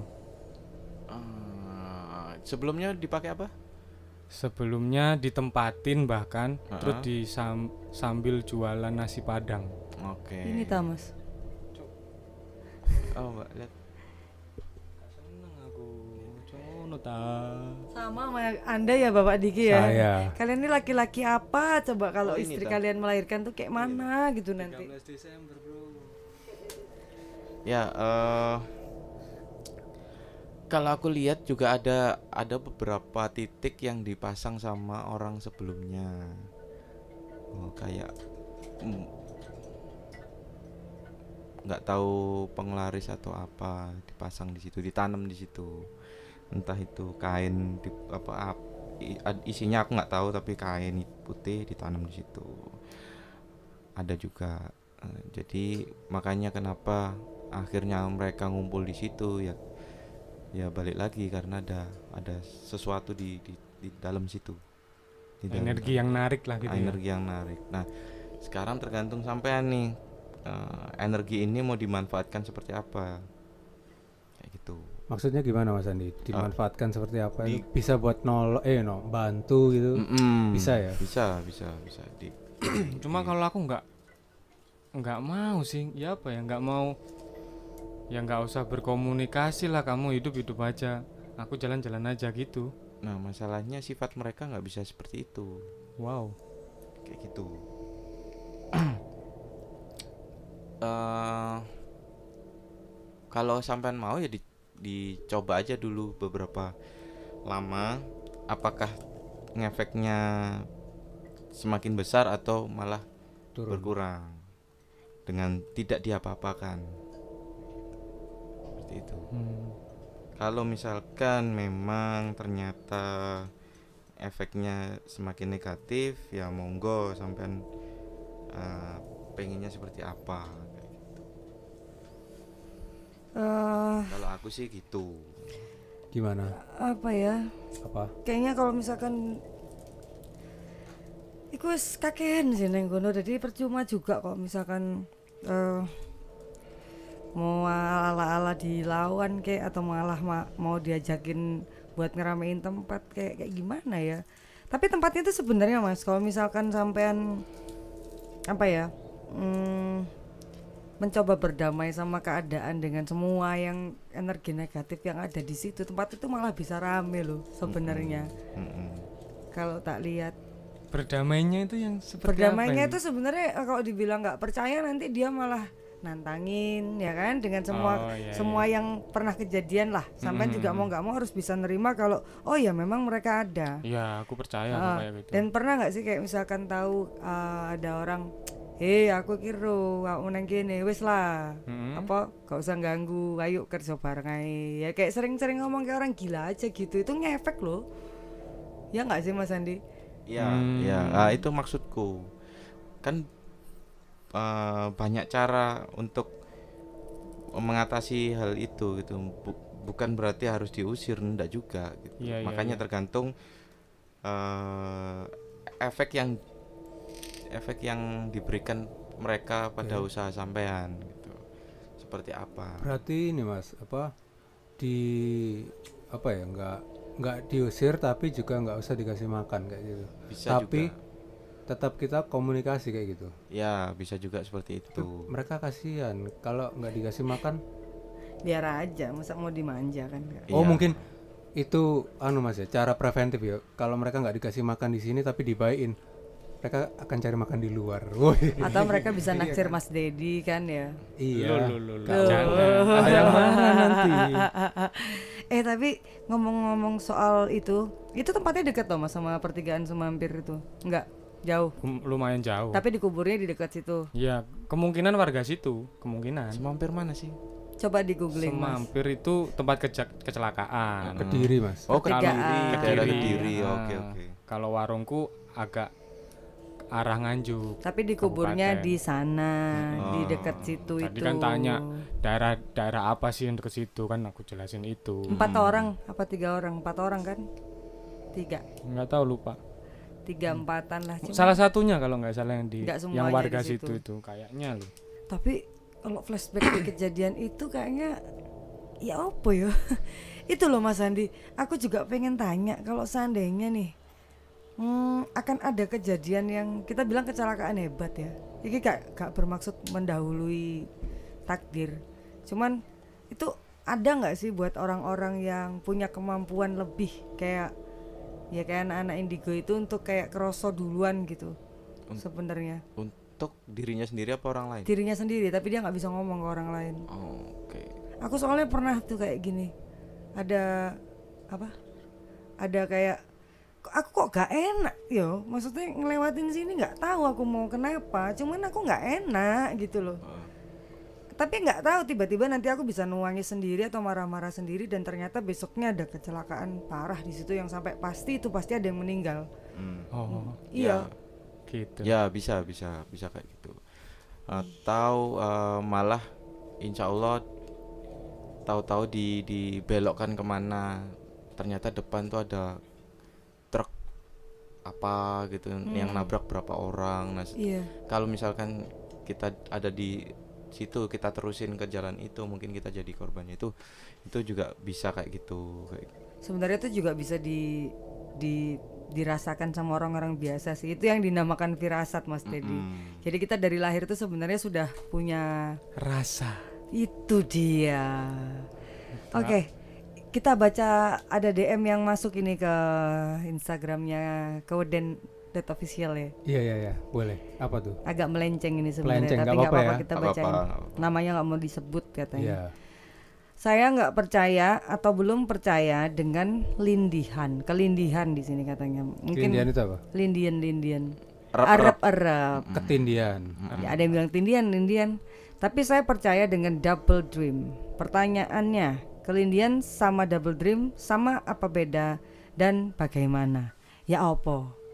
[SPEAKER 4] Ah, sebelumnya dipakai apa?
[SPEAKER 6] sebelumnya ditempatin bahkan
[SPEAKER 4] Ha-ha.
[SPEAKER 6] terus disam, sambil jualan nasi padang
[SPEAKER 4] Oke.
[SPEAKER 3] Ini ta Mas.
[SPEAKER 4] Oh, Mbak, lihat.
[SPEAKER 6] seneng aku cono
[SPEAKER 3] Sama sama Anda ya Bapak Diki ya.
[SPEAKER 5] Saya.
[SPEAKER 3] Kalian ini laki-laki apa coba kalau
[SPEAKER 4] Oh, ini
[SPEAKER 3] istri
[SPEAKER 4] ta.
[SPEAKER 3] kalian melahirkan tuh kayak mana gitu nanti.
[SPEAKER 6] Desember bro
[SPEAKER 4] Ya, eh kalau aku lihat juga ada ada beberapa titik yang dipasang sama orang sebelumnya. Oh, kayak mm, nggak tahu penglaris atau apa dipasang di situ, ditanam di situ. Entah itu kain di, apa ap- i- ad- isinya aku nggak tahu tapi kain putih ditanam di situ. Ada juga. Eh, jadi makanya kenapa akhirnya mereka ngumpul di situ ya ya balik lagi karena ada ada sesuatu di di, di dalam situ Di dalam
[SPEAKER 6] energi yang narik lah gitu ya.
[SPEAKER 4] Iya, energi yang narik nah sekarang tergantung sampean nih eh, energi ini mau dimanfaatkan seperti apa kayak gitu
[SPEAKER 5] Maksudnya gimana Mas
[SPEAKER 4] Ah.
[SPEAKER 5] Andi? Dimanfaatkan seperti apa? itu? Bisa buat nol eh no, bantu gitu.
[SPEAKER 4] Mm-mm.
[SPEAKER 5] Bisa ya?
[SPEAKER 4] bisa bisa bisa di
[SPEAKER 6] cuma kalau aku nggak nggak mau sih ya apa ya nggak mau ya nggak usah berkomunikasi lah kamu hidup hidup aja aku jalan-jalan aja gitu
[SPEAKER 4] nah masalahnya sifat mereka nggak bisa seperti itu
[SPEAKER 6] wow
[SPEAKER 4] kayak gitu eh kalau sampean mau ya di- dicoba aja dulu beberapa lama apakah ngefeknya semakin besar atau malah
[SPEAKER 5] Turun.
[SPEAKER 4] berkurang dengan tidak diapa-apakan seperti itu
[SPEAKER 6] Hmm.
[SPEAKER 4] kalau misalkan memang ternyata efeknya semakin negatif ya monggo sampean eh, pengennya seperti apa kayak gitu.
[SPEAKER 3] Eh,
[SPEAKER 4] kalau aku sih gitu
[SPEAKER 5] Gimana?
[SPEAKER 3] apa ya?
[SPEAKER 5] Apa?
[SPEAKER 3] Kayaknya kalau misalkan Iku wis kakehan sih neng kono jadi percuma juga kok misalkan eh, mau ala-ala di lawan kek atau malah ma- mau diajakin buat ngeramein tempat kayak kayak gimana ya tapi tempatnya itu sebenarnya mas kalau misalkan sampean apa ya mm, mencoba berdamai sama keadaan dengan semua yang energi negatif yang ada di situ tempat itu malah bisa rame loh sebenarnya
[SPEAKER 4] Mm-mm.
[SPEAKER 3] kalau tak lihat
[SPEAKER 6] Berdamainya itu yang seperti
[SPEAKER 3] berdamainya
[SPEAKER 6] apa
[SPEAKER 3] itu
[SPEAKER 6] ini?
[SPEAKER 3] sebenarnya eh, kalau dibilang nggak percaya nanti dia malah nantangin ya kan dengan semua
[SPEAKER 6] Oh, iya,
[SPEAKER 3] semua yang pernah kejadian lah sampai juga mau nggak mau harus bisa nerima kalau oh ya memang mereka ada
[SPEAKER 6] Ya, aku percaya aku
[SPEAKER 3] Ah,
[SPEAKER 6] kayak gitu.
[SPEAKER 3] dan pernah nggak sih kayak misalkan tahu ah, ada orang hei aku kira kamu nang kene wis lah
[SPEAKER 6] Mm-mm.
[SPEAKER 3] apa gak usah ganggu ayo kerja bareng aja ya kayak sering-sering ngomong kayak orang gila aja gitu itu ngefek loh ya nggak sih mas Andi
[SPEAKER 4] Iya,
[SPEAKER 6] Hmm.
[SPEAKER 4] iya. Ah, itu maksudku. Kan eh, banyak cara untuk mengatasi hal itu gitu. Bu- bukan berarti harus diusir, ndak juga gitu.
[SPEAKER 6] Iya, iya,
[SPEAKER 4] Makanya
[SPEAKER 6] iya.
[SPEAKER 4] tergantung eh, efek yang efek yang diberikan mereka pada usaha sampean gitu. Seperti apa?
[SPEAKER 5] Berarti ini mas apa di apa ya nggak nggak diusir tapi juga nggak usah dikasih makan kayak gitu.
[SPEAKER 4] Bisa
[SPEAKER 5] tapi
[SPEAKER 4] juga.
[SPEAKER 5] tetap kita komunikasi kayak gitu.
[SPEAKER 4] Ya, bisa juga seperti itu.
[SPEAKER 5] Mereka kasihan kalau nggak dikasih makan.
[SPEAKER 3] biar aja masa mau dimanja kan nggak
[SPEAKER 5] Oh
[SPEAKER 4] Iya.
[SPEAKER 5] mungkin itu anu mas ya cara preventif ya. Kalau mereka nggak dikasih makan di sini tapi dibaikin mereka akan cari makan di luar. Woi.
[SPEAKER 3] atau mereka bisa
[SPEAKER 6] Iya
[SPEAKER 3] naksir Mas Dedi kan ya
[SPEAKER 5] iya.
[SPEAKER 6] Lu, lu, lu, lu. Jangan.
[SPEAKER 5] Ada yang mana nanti?
[SPEAKER 3] eh tapi ngomong-ngomong soal itu itu tempatnya dekat loh mas sama pertigaan Sumampir itu nggak jauh
[SPEAKER 6] Lum- Lumayan jauh.
[SPEAKER 3] tapi dikuburnya di dekat situ
[SPEAKER 6] Ya, kemungkinan warga situ, kemungkinan.
[SPEAKER 4] Semampir mana sih?
[SPEAKER 3] coba di googling mas
[SPEAKER 6] Semampir itu tempat keja- kecelakaan.
[SPEAKER 5] Kediri mas.
[SPEAKER 4] Oh, ke
[SPEAKER 3] Ketigaan.
[SPEAKER 4] Kediri, daerah Kediri.
[SPEAKER 6] Ah,
[SPEAKER 4] Oke, oke.
[SPEAKER 6] Kalau warungku agak arah Nganjuk.
[SPEAKER 3] tapi dikuburnya
[SPEAKER 6] Kabupaten.
[SPEAKER 3] di sana di dekat situ
[SPEAKER 6] Tadi
[SPEAKER 3] Oh, itu
[SPEAKER 6] kan tanya daerah daerah apa sih yang dekat situ kan aku jelasin itu.
[SPEAKER 3] empat orang apa tiga orang empat orang kan tiga
[SPEAKER 6] Nggak tahu lupa.
[SPEAKER 3] tiga
[SPEAKER 6] Mm.
[SPEAKER 3] empatan lah cuma
[SPEAKER 6] Salah satunya kalau nggak salah yang di
[SPEAKER 3] Nggak semuanya
[SPEAKER 6] yang warga
[SPEAKER 3] di situ.
[SPEAKER 6] situ. itu kayaknya loh.
[SPEAKER 3] tapi kalau flashback ke kejadian itu kayaknya ya apa ya itu loh Mas Andi aku juga pengen tanya kalau seandainya nih hmm, akan ada kejadian yang kita bilang kecelakaan hebat ya ini gak, gak bermaksud mendahului takdir cuman itu ada nggak sih buat orang-orang yang punya kemampuan lebih kayak ya kayak anak-anak indigo itu untuk kayak kroso duluan gitu sebenarnya
[SPEAKER 4] Untuk dirinya sendiri apa orang lain?
[SPEAKER 3] dirinya sendiri tapi dia nggak bisa ngomong ke orang lain
[SPEAKER 4] Oh, Oke.
[SPEAKER 3] aku soalnya pernah tuh kayak gini ada apa ada kayak "Kok aku kok gak enak yo maksudnya ngelewatin sini nggak tahu aku mau kenapa cuman aku nggak enak gitu loh tapi nggak tahu tiba-tiba nanti aku bisa nuangi sendiri atau marah-marah sendiri dan ternyata besoknya ada kecelakaan parah di situ yang sampai pasti itu pasti ada yang meninggal
[SPEAKER 4] Hmm.
[SPEAKER 6] Oh,
[SPEAKER 3] iya
[SPEAKER 4] Ya.
[SPEAKER 6] gitu.
[SPEAKER 4] Ya bisa bisa bisa kayak gitu. Atau eh, malah insya Allah tahu-tahu di dibelokkan kemana ternyata depan tuh ada truk apa gitu yang nabrak berapa orang. Nah se-
[SPEAKER 3] iya
[SPEAKER 4] kalau misalkan kita ada di situ kita terusin ke jalan itu mungkin kita jadi korbannya itu itu juga bisa kayak gitu kayak
[SPEAKER 3] sebenarnya itu juga bisa di di dirasakan sama orang-orang biasa sih itu yang dinamakan firasat mas Teddy jadi kita dari lahir itu sebenarnya sudah punya
[SPEAKER 6] Rasa.
[SPEAKER 3] itu dia oke kita baca ada DM yang masuk ini ke Instagramnya Keweden dot official ya
[SPEAKER 5] Iya iya iya boleh. Apa tuh?
[SPEAKER 3] agak melenceng ini sebenarnya
[SPEAKER 5] Melenceng,
[SPEAKER 3] tapi
[SPEAKER 5] nggak
[SPEAKER 3] nggak
[SPEAKER 5] apa-apa
[SPEAKER 3] apa-apa
[SPEAKER 5] ya.
[SPEAKER 3] kita
[SPEAKER 4] Nggak
[SPEAKER 3] bacain
[SPEAKER 4] apa-apa, nggak apa-apa.
[SPEAKER 3] namanya nggak mau disebut katanya
[SPEAKER 5] Iya.
[SPEAKER 3] saya nggak percaya atau belum percaya dengan lindihan kelindihan di sini katanya mungkin
[SPEAKER 5] Ketindian itu apa?
[SPEAKER 3] Lindian Lindian
[SPEAKER 4] Rep,
[SPEAKER 3] Arab Arab
[SPEAKER 6] Mm.
[SPEAKER 5] Mm, Ketindian.
[SPEAKER 3] ya, ada yang bilang Tindian Lindian tapi saya percaya dengan double dream pertanyaannya kelindian sama double dream sama apa beda dan bagaimana ya opo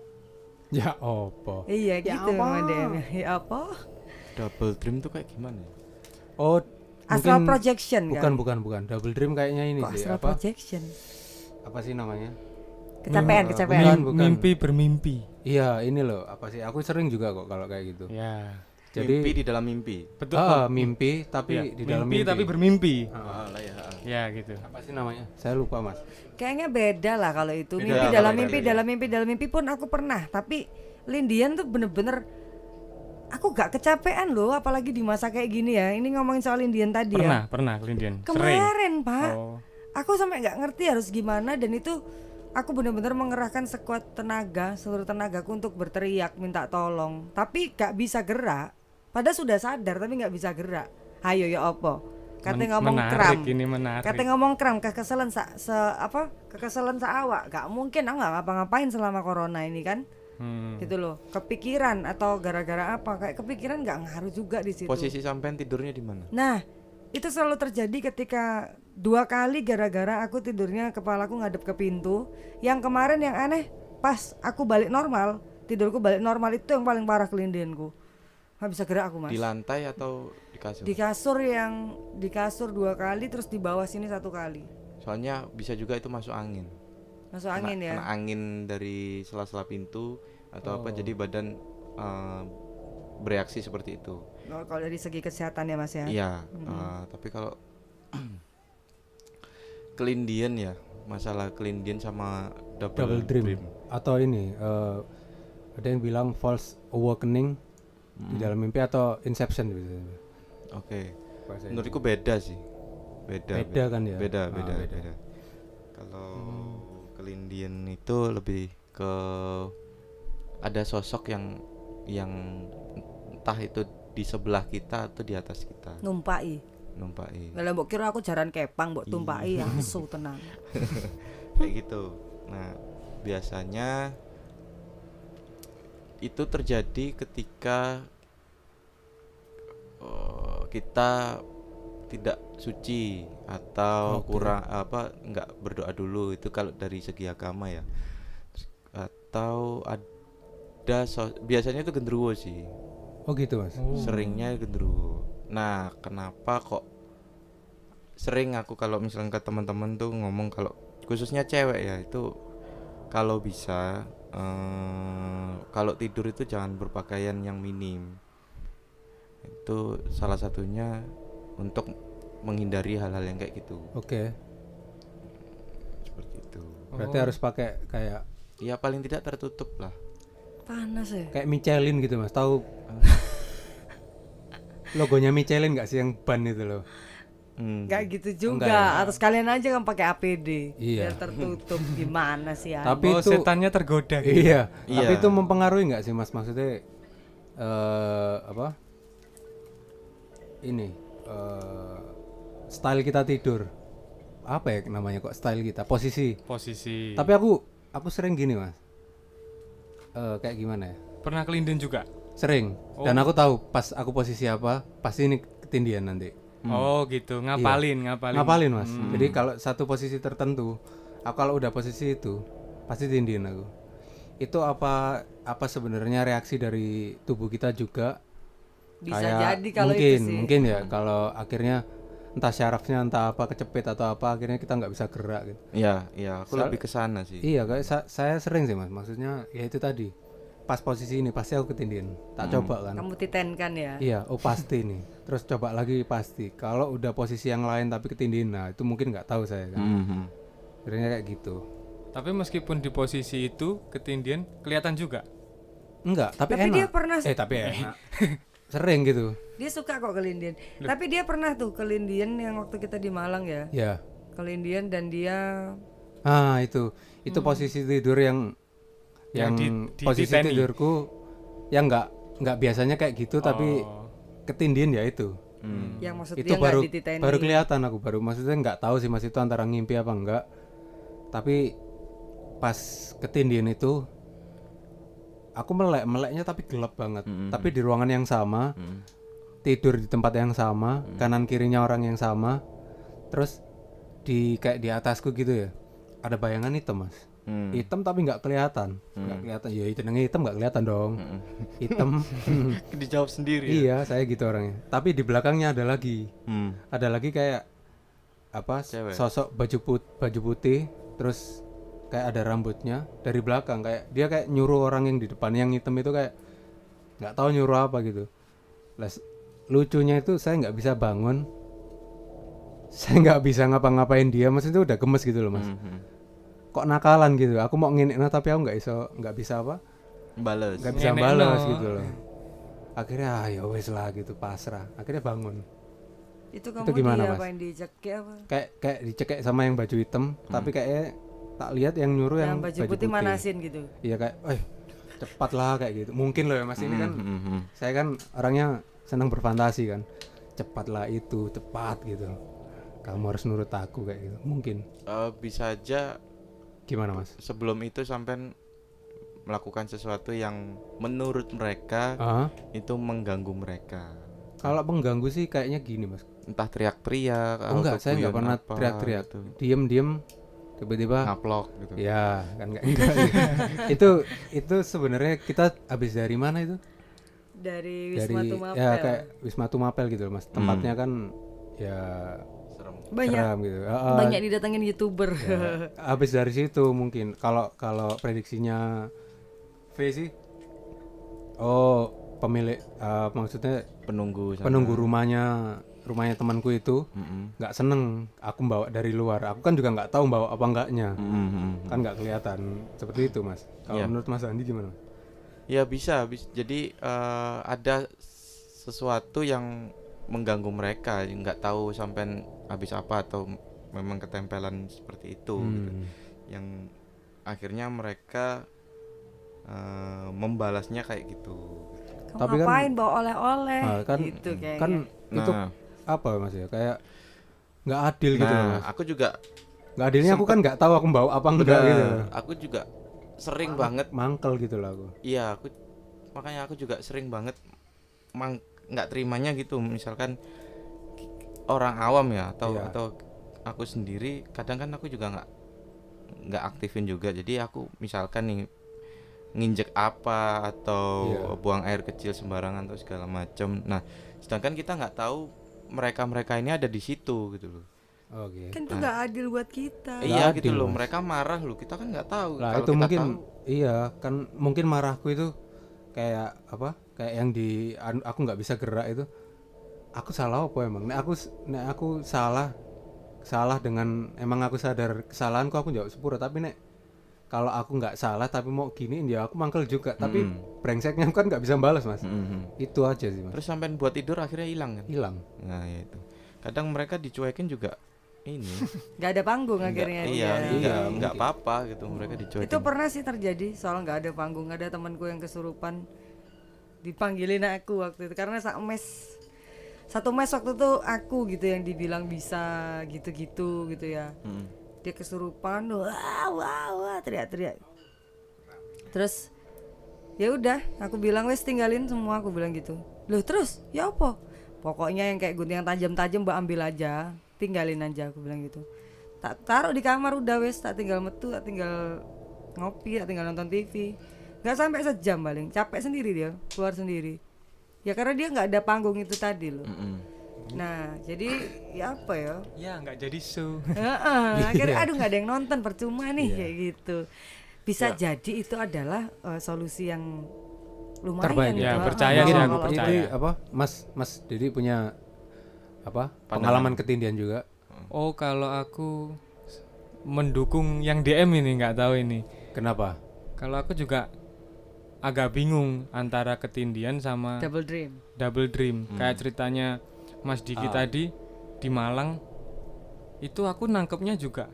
[SPEAKER 5] Ya opo.
[SPEAKER 3] iya gitu memang DM-nya. ya opo
[SPEAKER 4] double dream tuh kayak gimana ya?
[SPEAKER 5] Oh
[SPEAKER 3] astral
[SPEAKER 5] mungkin-
[SPEAKER 3] projection
[SPEAKER 5] Bukan
[SPEAKER 3] kan
[SPEAKER 5] bukan bukan. Double dream kayaknya ini
[SPEAKER 3] kok
[SPEAKER 5] sih
[SPEAKER 3] astral
[SPEAKER 5] apa?
[SPEAKER 3] projection
[SPEAKER 5] Apa sih namanya?
[SPEAKER 3] kecapean kecapean
[SPEAKER 5] bukan.
[SPEAKER 6] Mimpi bermimpi.
[SPEAKER 5] Iya ini loh apa sih? Aku sering juga kok kalau kayak gitu.
[SPEAKER 6] Ya.
[SPEAKER 5] Jadi
[SPEAKER 4] mimpi di dalam mimpi
[SPEAKER 6] betul
[SPEAKER 5] ah,
[SPEAKER 6] Om.
[SPEAKER 5] mimpi tapi Iya.
[SPEAKER 6] Iya,
[SPEAKER 5] di dalam
[SPEAKER 6] mimpi,
[SPEAKER 5] mimpi.
[SPEAKER 6] tapi bermimpi
[SPEAKER 5] Ah,
[SPEAKER 4] Ah, lah ya.
[SPEAKER 6] ya gitu
[SPEAKER 5] apa sih namanya? Saya lupa, Mas.
[SPEAKER 3] Kayaknya beda lah kalau itu.
[SPEAKER 4] Beda
[SPEAKER 3] mimpi
[SPEAKER 4] kalau
[SPEAKER 3] dalam
[SPEAKER 4] itu,
[SPEAKER 3] mimpi,
[SPEAKER 4] iya.
[SPEAKER 3] dalam mimpi, dalam mimpi pun aku pernah. Tapi Lindian tuh bener-bener aku gak kecapean loh, apalagi di masa kayak gini ya. Ini ngomongin soal Lindian tadi ya.
[SPEAKER 6] pernah pernah kelindian sering
[SPEAKER 3] Kemarin Pak,
[SPEAKER 6] oh
[SPEAKER 3] aku sampai nggak ngerti harus gimana dan itu aku bener-bener mengerahkan sekuat tenaga, seluruh tenagaku untuk berteriak minta tolong. Tapi gak bisa gerak. Padahal sudah sadar tapi nggak bisa gerak. Hayo ya opo.
[SPEAKER 6] Men-
[SPEAKER 3] Katanya ngomong
[SPEAKER 6] menarik
[SPEAKER 3] kram.
[SPEAKER 6] ini menarik
[SPEAKER 3] Kata ngomong kram kekesalan sa, se apa kekesalan saawak gak mungkin aku nggak ngapa-ngapain selama corona ini kan
[SPEAKER 6] Hmm.
[SPEAKER 3] gitu loh kepikiran atau gara-gara apa kayak kepikiran nggak ngaruh juga di situ
[SPEAKER 4] posisi sampean tidurnya di mana
[SPEAKER 3] nah itu selalu terjadi ketika dua kali gara-gara aku tidurnya kepalaku ngadep ke pintu yang kemarin yang aneh pas aku balik normal tidurku balik normal itu yang paling parah kelindianku nggak bisa gerak aku mas
[SPEAKER 4] di lantai atau di kasur
[SPEAKER 3] di kasur yang di kasur dua kali terus di bawah sini satu kali
[SPEAKER 4] soalnya bisa juga itu masuk angin
[SPEAKER 3] masuk
[SPEAKER 4] Kena-
[SPEAKER 3] angin ya
[SPEAKER 4] kena angin dari sela-sela pintu atau apa jadi badan eh, bereaksi seperti itu
[SPEAKER 3] Oh, kalau dari segi kesehatan ya mas ya.
[SPEAKER 4] Iya, eh, tapi kalau kelindian ya, masalah kelindian sama double,
[SPEAKER 5] Double dream, atau ini eh, ada yang bilang false awakening di dalam mimpi atau inception gitu.
[SPEAKER 4] Oke,
[SPEAKER 5] Bahasa
[SPEAKER 4] menurutku beda sih. Beda.
[SPEAKER 5] Beda kan ya?
[SPEAKER 4] Beda,
[SPEAKER 5] Ah,
[SPEAKER 4] beda,
[SPEAKER 5] beda. Hmm.
[SPEAKER 4] beda. Kalau kelindian itu lebih ke ada sosok yang yang entah itu di sebelah kita atau di atas kita
[SPEAKER 3] Numpai.
[SPEAKER 4] numpai.
[SPEAKER 3] Kalau mbok kira aku jaran kepang mbok tumpai
[SPEAKER 4] Iya.
[SPEAKER 3] langsung tenang.
[SPEAKER 4] kayak gitu. Nah, biasanya itu terjadi ketika eh, kita tidak suci atau
[SPEAKER 5] Oke.
[SPEAKER 4] kurang apa nggak berdoa dulu itu kalau dari segi agama ya Terus- atau ada so- biasanya itu genderuwo sih
[SPEAKER 5] Oh gitu, Mas.
[SPEAKER 4] seringnya genderuwo. Nah, kenapa kok sering aku kalau misalnya ke teman-teman tuh ngomong kalau khususnya cewek ya itu kalau bisa eh, kalau tidur itu jangan berpakaian yang minim. Itu salah satunya untuk menghindari hal-hal yang kayak gitu.
[SPEAKER 5] Oke,
[SPEAKER 4] Seperti itu.
[SPEAKER 5] berarti harus pakai kayak
[SPEAKER 4] Ya paling tidak tertutup lah.
[SPEAKER 3] Panas ya.
[SPEAKER 5] kayak Michelin gitu, Mas. Tahu logonya Michelin nggak sih yang ban itu loh?
[SPEAKER 4] Hmm.
[SPEAKER 3] Gak gitu juga.
[SPEAKER 5] Enggak ya.
[SPEAKER 3] Atau sekalian aja kan pakai APD.
[SPEAKER 5] Iya.
[SPEAKER 3] Biar tertutup gimana sih ya?
[SPEAKER 5] Tapi
[SPEAKER 6] oh
[SPEAKER 5] itu
[SPEAKER 6] setannya tergoda gitu.
[SPEAKER 5] Iya,
[SPEAKER 4] Iya.
[SPEAKER 5] tapi itu mempengaruhi nggak sih Mas maksudnya eh apa? Ini eh style kita tidur. Apa ya namanya kok style kita? Posisi.
[SPEAKER 6] posisi
[SPEAKER 5] Tapi aku aku sering gini, Mas. Eh kayak gimana ya?
[SPEAKER 6] pernah kelindian juga
[SPEAKER 5] Sering. Dan aku tahu pas aku posisi apa, pasti ini ketindian nanti.
[SPEAKER 6] oh gitu ngapalin ngapalin
[SPEAKER 5] Ngapalin, Mas. Jadi kalau satu posisi tertentu, aku kalau udah posisi itu pasti tindihin aku. Itu apa apa sebenarnya reaksi dari tubuh kita juga?
[SPEAKER 3] Bisa
[SPEAKER 5] Kayak
[SPEAKER 3] jadi kalau
[SPEAKER 5] mungkin,
[SPEAKER 3] itu sih. Hmm.
[SPEAKER 5] Mungkin ya kalau akhirnya entah syarafnya entah apa kecepit atau apa akhirnya kita nggak bisa gerak gitu.
[SPEAKER 4] Iya, iya, aku
[SPEAKER 5] Soal-
[SPEAKER 4] lebih ke sana sih.
[SPEAKER 5] Iya, kayak sa- saya sering sih Mas. Maksudnya ya itu tadi. Pas posisi ini pasti aku ketindihan. Tak
[SPEAKER 6] Hmm.
[SPEAKER 5] coba kan.
[SPEAKER 3] Kamu titenkan ya.
[SPEAKER 5] Iya, oh pasti nih. Terus coba lagi pasti. Kalau udah posisi yang lain tapi ketindihan, nah itu mungkin nggak tahu saya kan.
[SPEAKER 6] Hmm,
[SPEAKER 4] Mhm.
[SPEAKER 5] Akhirnya kayak gitu.
[SPEAKER 6] tapi meskipun di posisi itu ketindian kelihatan juga
[SPEAKER 5] Enggak, tapi,
[SPEAKER 3] Tapi
[SPEAKER 5] enak.
[SPEAKER 3] dia pernah
[SPEAKER 5] Eh, tapi enak. Sering gitu.
[SPEAKER 3] dia suka kok kelindian. Tapi dia pernah tuh kelindian yang waktu kita di Malang ya.
[SPEAKER 5] Ya.
[SPEAKER 3] Kelindian dan dia
[SPEAKER 5] Ah, itu. Itu
[SPEAKER 3] Hmm.
[SPEAKER 5] posisi tidur yang yang,
[SPEAKER 6] Yang Ya, di- di-
[SPEAKER 5] posisi
[SPEAKER 6] diteni.
[SPEAKER 5] tidurku yang enggak enggak biasanya kayak gitu tapi
[SPEAKER 6] Oh.
[SPEAKER 5] ketindian ya itu.
[SPEAKER 3] yang maksud
[SPEAKER 5] itu
[SPEAKER 3] dia
[SPEAKER 5] baru
[SPEAKER 3] nggak dititeni.
[SPEAKER 5] baru kelihatan aku baru maksudnya nggak tahu sih Mas itu antara ngimpi apa enggak. Tapi pas ketindian itu aku melek, meleknya tapi gelap banget. Tapi di ruangan yang sama.
[SPEAKER 4] Mhm.
[SPEAKER 5] tidur di tempat yang sama, kanan kirinya orang yang sama. Terus di kayak di atasku gitu ya. Ada bayangan hitam, Mas.
[SPEAKER 4] Hmm.
[SPEAKER 5] Hitam tapi nggak kelihatan. Nggak kelihatan. Ya itu yang hitam nggak kelihatan dong. Hitam.
[SPEAKER 4] Dijawab sendiri. ya?
[SPEAKER 5] iya, saya gitu orangnya. Tapi di belakangnya ada lagi.
[SPEAKER 4] Hmm.
[SPEAKER 5] Ada lagi kayak apa?
[SPEAKER 4] Cewek.
[SPEAKER 5] Sosok baju put baju putih terus kayak ada rambutnya dari belakang kayak dia kayak nyuruh orang yang di depan yang hitam itu kayak nggak tahu nyuruh apa gitu. Les, lucunya itu saya nggak bisa bangun saya nggak bisa ngapa-ngapain dia mas itu udah gemes gitu loh mas
[SPEAKER 4] Mhm.
[SPEAKER 5] kok nakalan gitu aku mau nginekno tapi aku nggak iso nggak bisa apa
[SPEAKER 4] Bales.
[SPEAKER 5] nggak bisa
[SPEAKER 6] Nginekno.
[SPEAKER 5] balas gitu loh akhirnya ah ya wes lah gitu pasrah akhirnya bangun
[SPEAKER 3] Itu kamu
[SPEAKER 5] gimana, Mas?
[SPEAKER 3] diapain dicekik apa?
[SPEAKER 5] kayak kayak dicekek sama yang baju hitam tapi kayaknya tak lihat yang nyuruh yang,
[SPEAKER 3] Yang baju putih manasin gitu.
[SPEAKER 5] iya kayak eh cepat lah kayak gitu mungkin loh ya mas ini kan
[SPEAKER 4] Mhm.
[SPEAKER 5] saya kan orangnya senang berfantasi kan cepatlah itu cepat gitu kamu harus nurut aku kayak gitu mungkin
[SPEAKER 4] Eh, bisa aja
[SPEAKER 5] gimana mas
[SPEAKER 4] sebelum itu sampai melakukan sesuatu yang menurut mereka
[SPEAKER 5] ah
[SPEAKER 4] itu mengganggu mereka.
[SPEAKER 5] kalau pengganggu sih kayaknya gini mas
[SPEAKER 4] Entah teriak-teriak
[SPEAKER 5] oh, enggak saya nggak pernah teriak-teriak Ah. diem diem tiba-tiba
[SPEAKER 4] gitu. Ngaplok gitu.
[SPEAKER 5] ya kan nggak enggak itu itu sebenarnya kita habis dari mana itu
[SPEAKER 3] Dari
[SPEAKER 5] dari ya
[SPEAKER 3] Wisma Tumapel.
[SPEAKER 5] kayak Wisma Tumapel gitu loh mas
[SPEAKER 4] Hmm.
[SPEAKER 5] tempatnya kan ya
[SPEAKER 4] Serem.
[SPEAKER 3] banyak
[SPEAKER 5] seram gitu Ah, ah,
[SPEAKER 3] banyak didatengin YouTuber.
[SPEAKER 5] ya. habis dari situ mungkin kalau kalau prediksinya V sih oh pemilik eh, maksudnya
[SPEAKER 4] Penunggu sana.
[SPEAKER 5] penunggu rumahnya rumahnya temanku itu
[SPEAKER 4] Mhm.
[SPEAKER 5] nggak seneng aku bawa dari luar aku kan juga nggak tahu bawa apa enggaknya
[SPEAKER 4] Mhm.
[SPEAKER 5] kan nggak kelihatan seperti itu mas kalau
[SPEAKER 4] Iya.
[SPEAKER 5] menurut mas Andi gimana Mas?
[SPEAKER 4] Ya bisa, bis- jadi eh, ada sesuatu yang mengganggu mereka, nggak tahu sampai habis apa atau m- memang ketempelan seperti itu, gitu.
[SPEAKER 5] Hmm.
[SPEAKER 4] yang akhirnya mereka eh, membalasnya kayak gitu.
[SPEAKER 3] Kamu
[SPEAKER 5] Tapi kan-
[SPEAKER 3] ngapain bawa oleh-oleh?
[SPEAKER 5] Ah, kan-
[SPEAKER 3] gitu kayaknya.
[SPEAKER 5] kan itu
[SPEAKER 4] Nah,
[SPEAKER 5] apa mas ya kayak nggak adil gitu loh
[SPEAKER 4] nah,
[SPEAKER 5] mas
[SPEAKER 4] aku juga,
[SPEAKER 5] nggak adilnya aku kan nggak tahu aku bawa apa enggak
[SPEAKER 4] Nah,
[SPEAKER 5] gitu
[SPEAKER 4] aku juga sering banget,
[SPEAKER 5] mangkel gitu loh aku
[SPEAKER 4] iya aku makanya aku juga sering banget mang nggak terimanya gitu, misalkan orang awam ya atau
[SPEAKER 5] Iya.
[SPEAKER 4] atau aku sendiri, kadang kan aku juga nggak nggak aktifin juga, jadi aku misalkan nih nginjek apa atau
[SPEAKER 5] Iya.
[SPEAKER 4] buang air kecil sembarangan atau segala macam. Nah, sedangkan kita nggak tahu mereka-mereka ini ada di situ gitu loh.
[SPEAKER 5] oke
[SPEAKER 3] kan itu nggak adil buat kita.
[SPEAKER 5] Nggak
[SPEAKER 4] Iya gitu
[SPEAKER 5] adil,
[SPEAKER 4] loh,
[SPEAKER 5] Mas.
[SPEAKER 4] mereka marah loh. Kita kan nggak tahu.
[SPEAKER 5] lah
[SPEAKER 4] Kalau
[SPEAKER 5] itu
[SPEAKER 4] kita
[SPEAKER 5] mungkin
[SPEAKER 4] tahu,
[SPEAKER 5] iya kan mungkin marahku itu kayak apa kayak yang di an- aku nggak bisa gerak itu aku salah apa emang nek aku s- nek aku salah salah dengan emang aku sadar kesalahanku aku jawab sepura tapi nek kalau aku nggak salah tapi mau gini ya aku mangkel juga tapi
[SPEAKER 4] Mm-mm.
[SPEAKER 5] brengseknya kan nggak bisa balas mas
[SPEAKER 4] mhm.
[SPEAKER 5] itu aja sih mas
[SPEAKER 4] Terus sampai buat tidur akhirnya hilang kan.
[SPEAKER 5] hilang
[SPEAKER 4] Nah, ya itu. Kadang mereka dicuekin juga ini.
[SPEAKER 3] Nggak ada panggung
[SPEAKER 4] Nggak-
[SPEAKER 3] akhirnya.
[SPEAKER 4] iya,
[SPEAKER 3] dia.
[SPEAKER 4] enggak,
[SPEAKER 5] Iya,
[SPEAKER 4] enggak
[SPEAKER 5] mungkin.
[SPEAKER 4] apa-apa gitu mereka dicuekin.
[SPEAKER 3] Itu pernah sih terjadi soal nggak ada panggung. Ada temanku yang kesurupan dipanggilin aku waktu itu karena sak mes satu mes waktu itu aku gitu yang dibilang bisa gitu-gitu gitu ya.
[SPEAKER 4] Mm.
[SPEAKER 3] Dia kesurupan, wah wah wah teriak-teriak. Terus ya udah, aku bilang wes tinggalin semua aku bilang gitu. Loh terus ya apa? Pokoknya yang kayak gunting yang tajam-tajam mbak ambil aja, tinggalin aja aku bilang gitu. Tak taruh di kamar udah wes, tak tinggal metu, tak tinggal ngopi, tak tinggal nonton TV. Gak sampai sejam paling, capek sendiri dia, keluar sendiri. Ya karena dia nggak ada panggung itu tadi loh.
[SPEAKER 4] Mm-mm.
[SPEAKER 3] Nah jadi ya apa ya?
[SPEAKER 6] ya nggak jadi show
[SPEAKER 3] Heeh, akhirnya aduh nggak ada yang nonton percuma nih kayak gitu bisa jadi itu adalah eh, solusi yang lumayan
[SPEAKER 5] Terbaik, Iya,
[SPEAKER 6] ya,
[SPEAKER 3] Heeh,
[SPEAKER 6] percaya sih
[SPEAKER 3] kalau-
[SPEAKER 6] aku
[SPEAKER 3] kalau-
[SPEAKER 6] percaya.
[SPEAKER 5] Jadi, gitu. apa mas mas jadi punya apa pengalaman ketindian juga
[SPEAKER 6] oh kalau aku s- mendukung yang DM ini nggak tahu ini
[SPEAKER 5] kenapa
[SPEAKER 6] kalau aku juga agak bingung antara ketindian sama
[SPEAKER 3] double dream
[SPEAKER 6] double dream kayak ceritanya Mas Diki tadi di Malang itu aku nangkepnya juga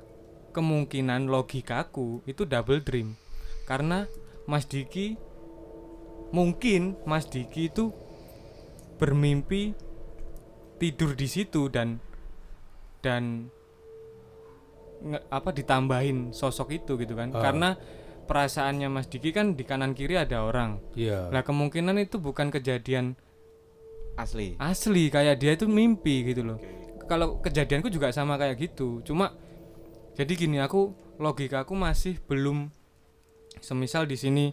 [SPEAKER 6] kemungkinan logikaku itu double dream karena Mas Diki mungkin Mas Diki itu bermimpi tidur di situ dan dan nge- apa ditambahin sosok itu gitu kan karena perasaannya Mas Diki kan di kanan kiri ada orang
[SPEAKER 5] iya
[SPEAKER 6] lah kemungkinan itu bukan kejadian
[SPEAKER 4] Asli.
[SPEAKER 6] asli kayak dia itu mimpi gitu loh kalau kejadianku juga sama kayak gitu cuma jadi gini aku logikaku masih belum semisal di sini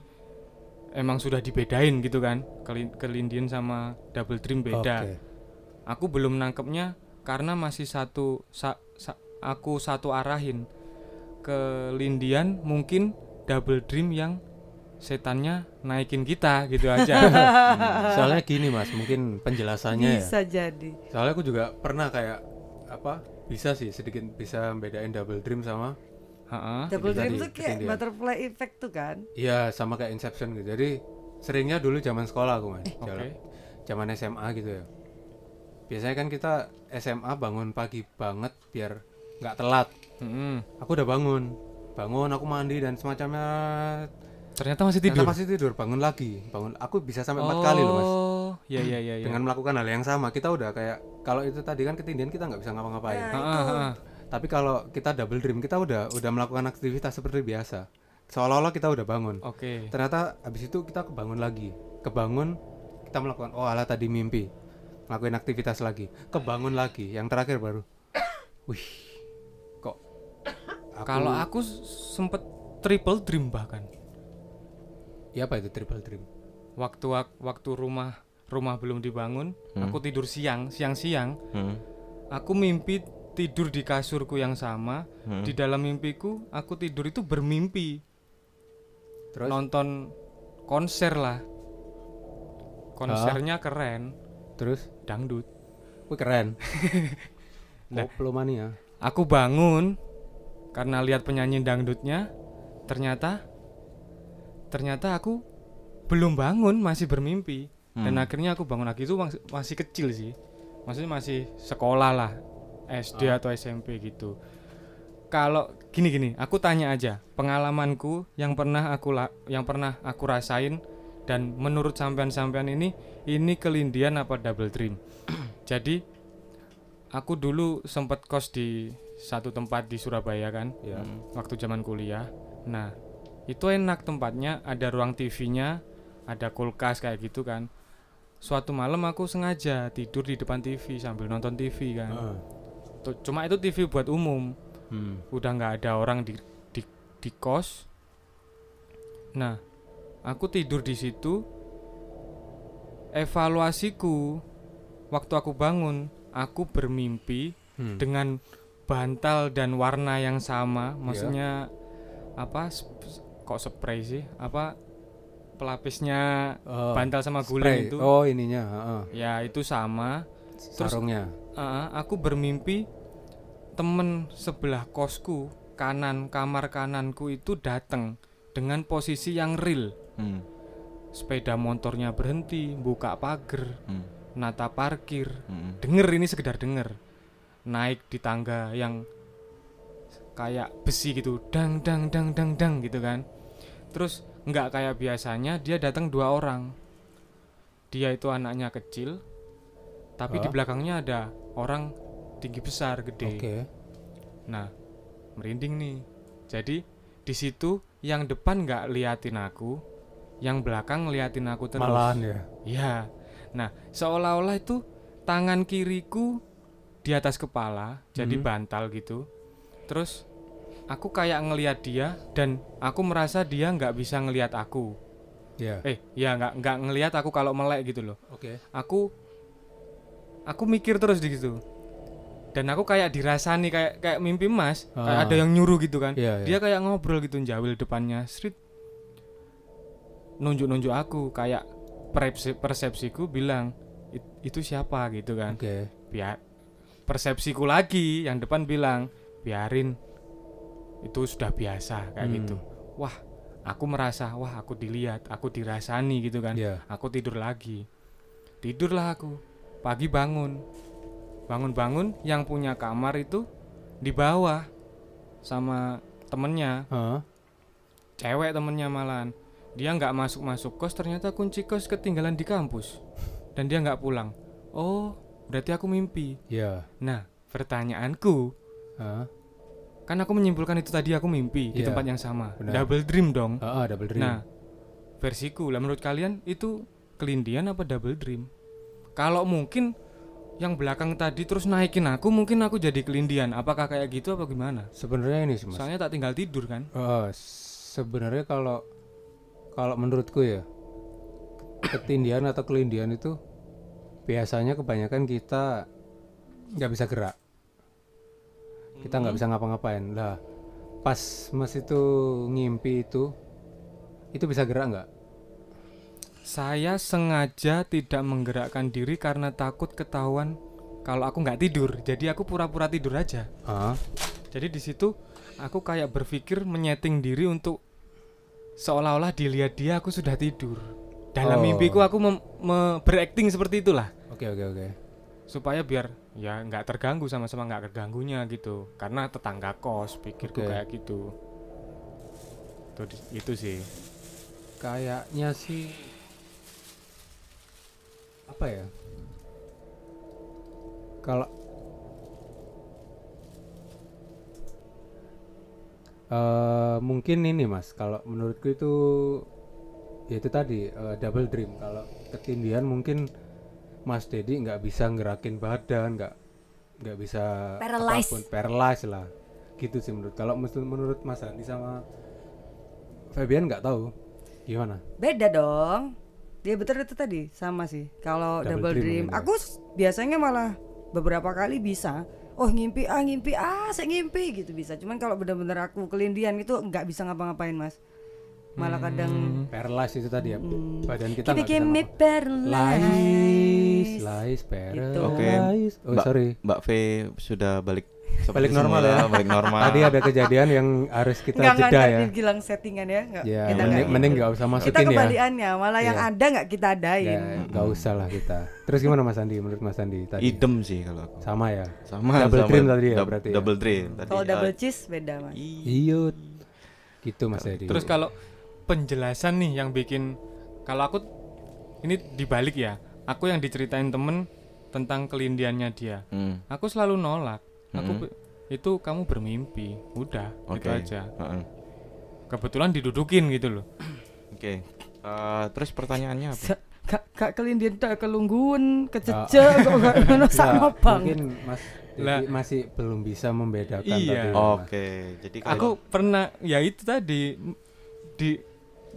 [SPEAKER 6] emang sudah dibedain gitu kan Keli- kelindian sama double dream beda
[SPEAKER 5] Oke.
[SPEAKER 6] aku belum nangkepnya karena masih satu sa- sa- aku satu arahin kelindian mungkin double dream yang setannya naikin kita gitu aja
[SPEAKER 5] soalnya gini mas mungkin penjelasannya ya
[SPEAKER 3] bisa jadi
[SPEAKER 5] soalnya aku juga pernah kayak apa bisa sih sedikit bisa bedain double dream sama
[SPEAKER 6] Heeh.
[SPEAKER 3] double
[SPEAKER 5] jadi
[SPEAKER 3] dream
[SPEAKER 5] tadi
[SPEAKER 3] tuh kayak
[SPEAKER 5] ketindihan.
[SPEAKER 3] butterfly effect tuh kan
[SPEAKER 5] Iya sama kayak Inception gitu. Jadi seringnya dulu zaman sekolah aku
[SPEAKER 6] Eh,
[SPEAKER 5] mas. Jalan- Zaman SMA gitu ya. Biasanya kan kita SMA bangun pagi banget biar nggak telat.
[SPEAKER 6] Mm-mm.
[SPEAKER 5] Aku udah bangun, bangun aku mandi dan semacamnya.
[SPEAKER 6] ternyata masih
[SPEAKER 5] Ternyata
[SPEAKER 6] tidur
[SPEAKER 5] pasti tidur bangun lagi, bangun. Aku bisa sampai empat kali loh mas.
[SPEAKER 6] oh iya iya iya iya.
[SPEAKER 5] Dengan melakukan hal yang sama kita udah kayak kalau itu tadi kan ketindihan kita nggak bisa ngapa-ngapain.
[SPEAKER 3] Nah,
[SPEAKER 6] Heeh, heeh.
[SPEAKER 5] Tapi kalau kita double dream kita udah udah melakukan aktivitas seperti biasa. Seolah-olah kita udah bangun.
[SPEAKER 6] oke
[SPEAKER 5] ternyata habis itu kita kebangun lagi kebangun kita melakukan oh ala tadi mimpi ngelakuin aktivitas lagi kebangun lagi yang terakhir baru wih kok aku-
[SPEAKER 6] kalau aku s- sempet triple dream bahkan
[SPEAKER 5] ya apa itu triple dream
[SPEAKER 6] waktu ak- waktu rumah rumah belum dibangun
[SPEAKER 5] Hmm.
[SPEAKER 6] aku tidur siang siang siang
[SPEAKER 4] Hmm,
[SPEAKER 6] aku mimpi tidur di kasurku yang sama
[SPEAKER 4] hmm.
[SPEAKER 6] di dalam mimpiku aku tidur itu bermimpi
[SPEAKER 5] terus
[SPEAKER 6] nonton konser lah
[SPEAKER 5] Ah.
[SPEAKER 6] konsernya keren
[SPEAKER 5] terus
[SPEAKER 6] dangdut
[SPEAKER 5] wih keren
[SPEAKER 6] Nah.
[SPEAKER 5] Poplomania
[SPEAKER 6] aku bangun karena lihat penyanyi dangdutnya ternyata ternyata aku belum bangun masih bermimpi dan akhirnya aku bangun lagi itu mas- masih kecil sih maksudnya masih sekolah lah SD atau SMP gitu kalau gini gini aku tanya aja pengalamanku yang pernah aku la- yang pernah aku rasain dan menurut sampean-sampean ini ini kelindian apa double dream jadi aku dulu sempat kos di satu tempat di Surabaya kan
[SPEAKER 5] ya
[SPEAKER 6] waktu zaman kuliah. Nah, itu enak tempatnya, ada ruang TV-nya, ada kulkas kayak gitu kan. Suatu malam aku sengaja tidur di depan TV sambil nonton TV kan.
[SPEAKER 5] Ah.
[SPEAKER 6] Tuh, Cuma itu TV buat umum,
[SPEAKER 5] Hmm.
[SPEAKER 6] udah nggak ada orang di, di di kos. Nah, aku tidur di situ. Evaluasiku waktu aku bangun, aku bermimpi
[SPEAKER 5] Hmm. Ya.
[SPEAKER 6] dengan bantal dan warna yang sama maksudnya apa sp- kok spray sih apa pelapisnya
[SPEAKER 5] Oh,
[SPEAKER 6] bantal sama
[SPEAKER 5] spray.
[SPEAKER 6] guling Eh, itu
[SPEAKER 5] oh ininya heeh.
[SPEAKER 6] ya itu sama
[SPEAKER 5] sarungnya
[SPEAKER 6] Ah, aku bermimpi temen sebelah kosku kanan kamar kananku itu datang dengan posisi yang real
[SPEAKER 4] Hmm,
[SPEAKER 6] sepeda motornya berhenti buka pagar
[SPEAKER 4] hmm,
[SPEAKER 6] nata parkir
[SPEAKER 4] hmm.
[SPEAKER 6] denger ini sekedar denger naik di tangga yang kayak besi gitu dang dang dang dang dang gitu kan terus nggak kayak biasanya dia datang dua orang dia itu anaknya kecil tapi di
[SPEAKER 5] Hah?
[SPEAKER 6] belakangnya ada orang tinggi besar
[SPEAKER 5] oke
[SPEAKER 6] gede nah merinding nih jadi di situ yang depan nggak liatin aku yang belakang ngeliatin aku terus
[SPEAKER 5] malahan ya
[SPEAKER 6] Ya, nah seolah-olah itu tangan kiriku di atas kepala, jadi
[SPEAKER 5] Mhm.
[SPEAKER 6] bantal gitu. Terus aku kayak ngelihat dia dan aku merasa dia nggak bisa ngelihat aku.
[SPEAKER 5] ya
[SPEAKER 6] Eh, ya nggak nggak ngelihat aku kalau melek gitu loh.
[SPEAKER 5] oke
[SPEAKER 6] Aku aku mikir terus di gitu. Dan aku kayak dirasani kayak kayak mimpi mas, kayak
[SPEAKER 5] Ah.
[SPEAKER 6] ada yang nyuruh gitu kan.
[SPEAKER 5] Iya, iya.
[SPEAKER 6] Dia kayak ngobrol gitu jawil depannya, street nunjuk-nunjuk aku kayak persepsi persepsiku bilang "It- itu siapa gitu kan
[SPEAKER 5] oke
[SPEAKER 6] biar persepsiku lagi yang depan bilang biarin itu sudah biasa kayak
[SPEAKER 5] Hmm.
[SPEAKER 6] gitu wah aku merasa wah aku dilihat aku dirasani gitu kan
[SPEAKER 5] ya
[SPEAKER 6] aku tidur lagi tidurlah aku pagi bangun bangun-bangun yang punya kamar itu di bawah sama temennya
[SPEAKER 5] Heeh.
[SPEAKER 6] cewek temennya malahan dia nggak masuk masuk kos ternyata kunci kos ketinggalan di kampus dan dia nggak pulang oh berarti aku mimpi
[SPEAKER 5] ya
[SPEAKER 6] nah pertanyaanku
[SPEAKER 5] Heeh.
[SPEAKER 6] kan aku menyimpulkan itu tadi aku mimpi di
[SPEAKER 5] Iya,
[SPEAKER 6] tempat yang sama
[SPEAKER 5] benar.
[SPEAKER 6] double dream dong
[SPEAKER 5] Heeh, double dream
[SPEAKER 6] nah versiku lah menurut kalian itu kelindian apa double dream kalau mungkin yang belakang tadi terus naikin aku mungkin aku jadi kelindian apakah kayak gitu apa gimana
[SPEAKER 5] sebenarnya ini sih mas
[SPEAKER 6] soalnya tak tinggal tidur kan
[SPEAKER 5] Eh, sebenarnya kalau kalau menurutku ya ketindihan atau kelindian itu biasanya kebanyakan kita nggak bisa gerak kita nggak bisa ngapa-ngapain lah pas mas itu ngimpi itu itu bisa gerak nggak?
[SPEAKER 6] Saya sengaja tidak menggerakkan diri karena takut ketahuan kalau aku nggak tidur. Jadi aku pura-pura tidur aja.
[SPEAKER 5] Ah,
[SPEAKER 6] Jadi di situ aku kayak berpikir menyeting diri untuk seolah-olah dilihat dia aku sudah tidur.
[SPEAKER 5] Oh.
[SPEAKER 6] Dalam mimpiku aku mem- me- berakting seperti itulah
[SPEAKER 5] oke oke oke.
[SPEAKER 6] supaya biar ya nggak terganggu sama-sama nggak terganggunya gitu. Karena tetangga kos pikirku
[SPEAKER 5] Oke.
[SPEAKER 6] kayak gitu. Itu di- itu sih.
[SPEAKER 5] Kayaknya sih apa ya? Kalau eh mungkin ini mas, kalau menurutku itu ya itu tadi eh, double dream. Kalau ketindihan mungkin Mas Dedi nggak bisa ngerakin badan, nggak nggak bisa
[SPEAKER 3] Paralyze.
[SPEAKER 5] apapun, paralyzed lah. Gitu sih menurut. Kalau mes- menurut Mas Andi sama Fabian nggak tahu gimana.
[SPEAKER 3] Beda dong. Dia betul itu tadi sama sih. Kalau
[SPEAKER 5] Double
[SPEAKER 3] double,
[SPEAKER 5] dream
[SPEAKER 3] dream,
[SPEAKER 5] mungkin ya.
[SPEAKER 3] aku s- biasanya malah beberapa kali bisa. Oh ngimpi ah ngimpi ah saya ngimpi gitu bisa. Cuman kalau bener-bener aku kelindian itu nggak bisa ngapa-ngapain mas. Malah
[SPEAKER 5] Hmm.
[SPEAKER 3] kadang
[SPEAKER 5] Paralyzed itu tadi ya. Badan kita
[SPEAKER 3] kita
[SPEAKER 5] nggak bisa
[SPEAKER 3] me
[SPEAKER 5] ngapa- Lais,
[SPEAKER 3] paralyzed.
[SPEAKER 5] lais,
[SPEAKER 3] Gitu.
[SPEAKER 5] paralyzed.
[SPEAKER 4] Oke.
[SPEAKER 5] Oh,
[SPEAKER 4] Mbak-
[SPEAKER 5] sorry.
[SPEAKER 4] Mbak V sudah balik seperti
[SPEAKER 5] Balik normal
[SPEAKER 4] semula,
[SPEAKER 5] ya.
[SPEAKER 4] Balik normal.
[SPEAKER 5] Tadi ada kejadian yang harus kita
[SPEAKER 3] Nggak nggak
[SPEAKER 5] jeda
[SPEAKER 3] ntar
[SPEAKER 5] ya.
[SPEAKER 3] dibilang settingan ya. Nggak,
[SPEAKER 5] Ya,
[SPEAKER 3] kita
[SPEAKER 5] mending,
[SPEAKER 3] nggak-
[SPEAKER 5] mending nggak usah
[SPEAKER 3] kita
[SPEAKER 5] masukin ya.
[SPEAKER 3] kebalikannya malah yang
[SPEAKER 5] Iya.
[SPEAKER 3] ada nggak kita adain.
[SPEAKER 5] Ya, nggak usah lah kita. Terus gimana Mas Andi? Menurut Mas Andi tadi?
[SPEAKER 4] idem sih kalau aku.
[SPEAKER 5] Sama ya.
[SPEAKER 4] Sama
[SPEAKER 5] Double
[SPEAKER 4] sama,
[SPEAKER 5] dream tadi ya
[SPEAKER 4] dub-
[SPEAKER 5] berarti ya?
[SPEAKER 4] Double dream tadi.
[SPEAKER 3] Kalau
[SPEAKER 6] iya.
[SPEAKER 4] eh,
[SPEAKER 3] double cheese beda mas.
[SPEAKER 4] i-
[SPEAKER 5] Iya. Gitu Mas
[SPEAKER 4] Iya.
[SPEAKER 5] Edi.
[SPEAKER 6] Terus kalau penjelasan nih yang bikin kalau aku ini dibalik ya. Aku yang diceritain temen tentang kelindiannya dia.
[SPEAKER 4] Hmm,
[SPEAKER 6] Aku selalu nolak. Aku
[SPEAKER 4] Mm-mm.
[SPEAKER 6] be- itu kamu bermimpi, udah
[SPEAKER 4] Oke.
[SPEAKER 6] gitu aja.
[SPEAKER 4] heeh.
[SPEAKER 6] Kebetulan didudukin gitu loh.
[SPEAKER 4] Oke. Eh, terus pertanyaannya apa?
[SPEAKER 3] Se- Kak, kak kelindian tak kelungguan, kecece, kok nggak ngono sama
[SPEAKER 5] Nggak,
[SPEAKER 3] bang.
[SPEAKER 5] Ya. Mungkin Mas Dedi
[SPEAKER 6] Lah.
[SPEAKER 5] masih belum bisa membedakan
[SPEAKER 6] Iya.
[SPEAKER 5] tadi. Mas.
[SPEAKER 4] Oke, jadi
[SPEAKER 6] Aku
[SPEAKER 4] kalau
[SPEAKER 6] pernah ya itu tadi m- di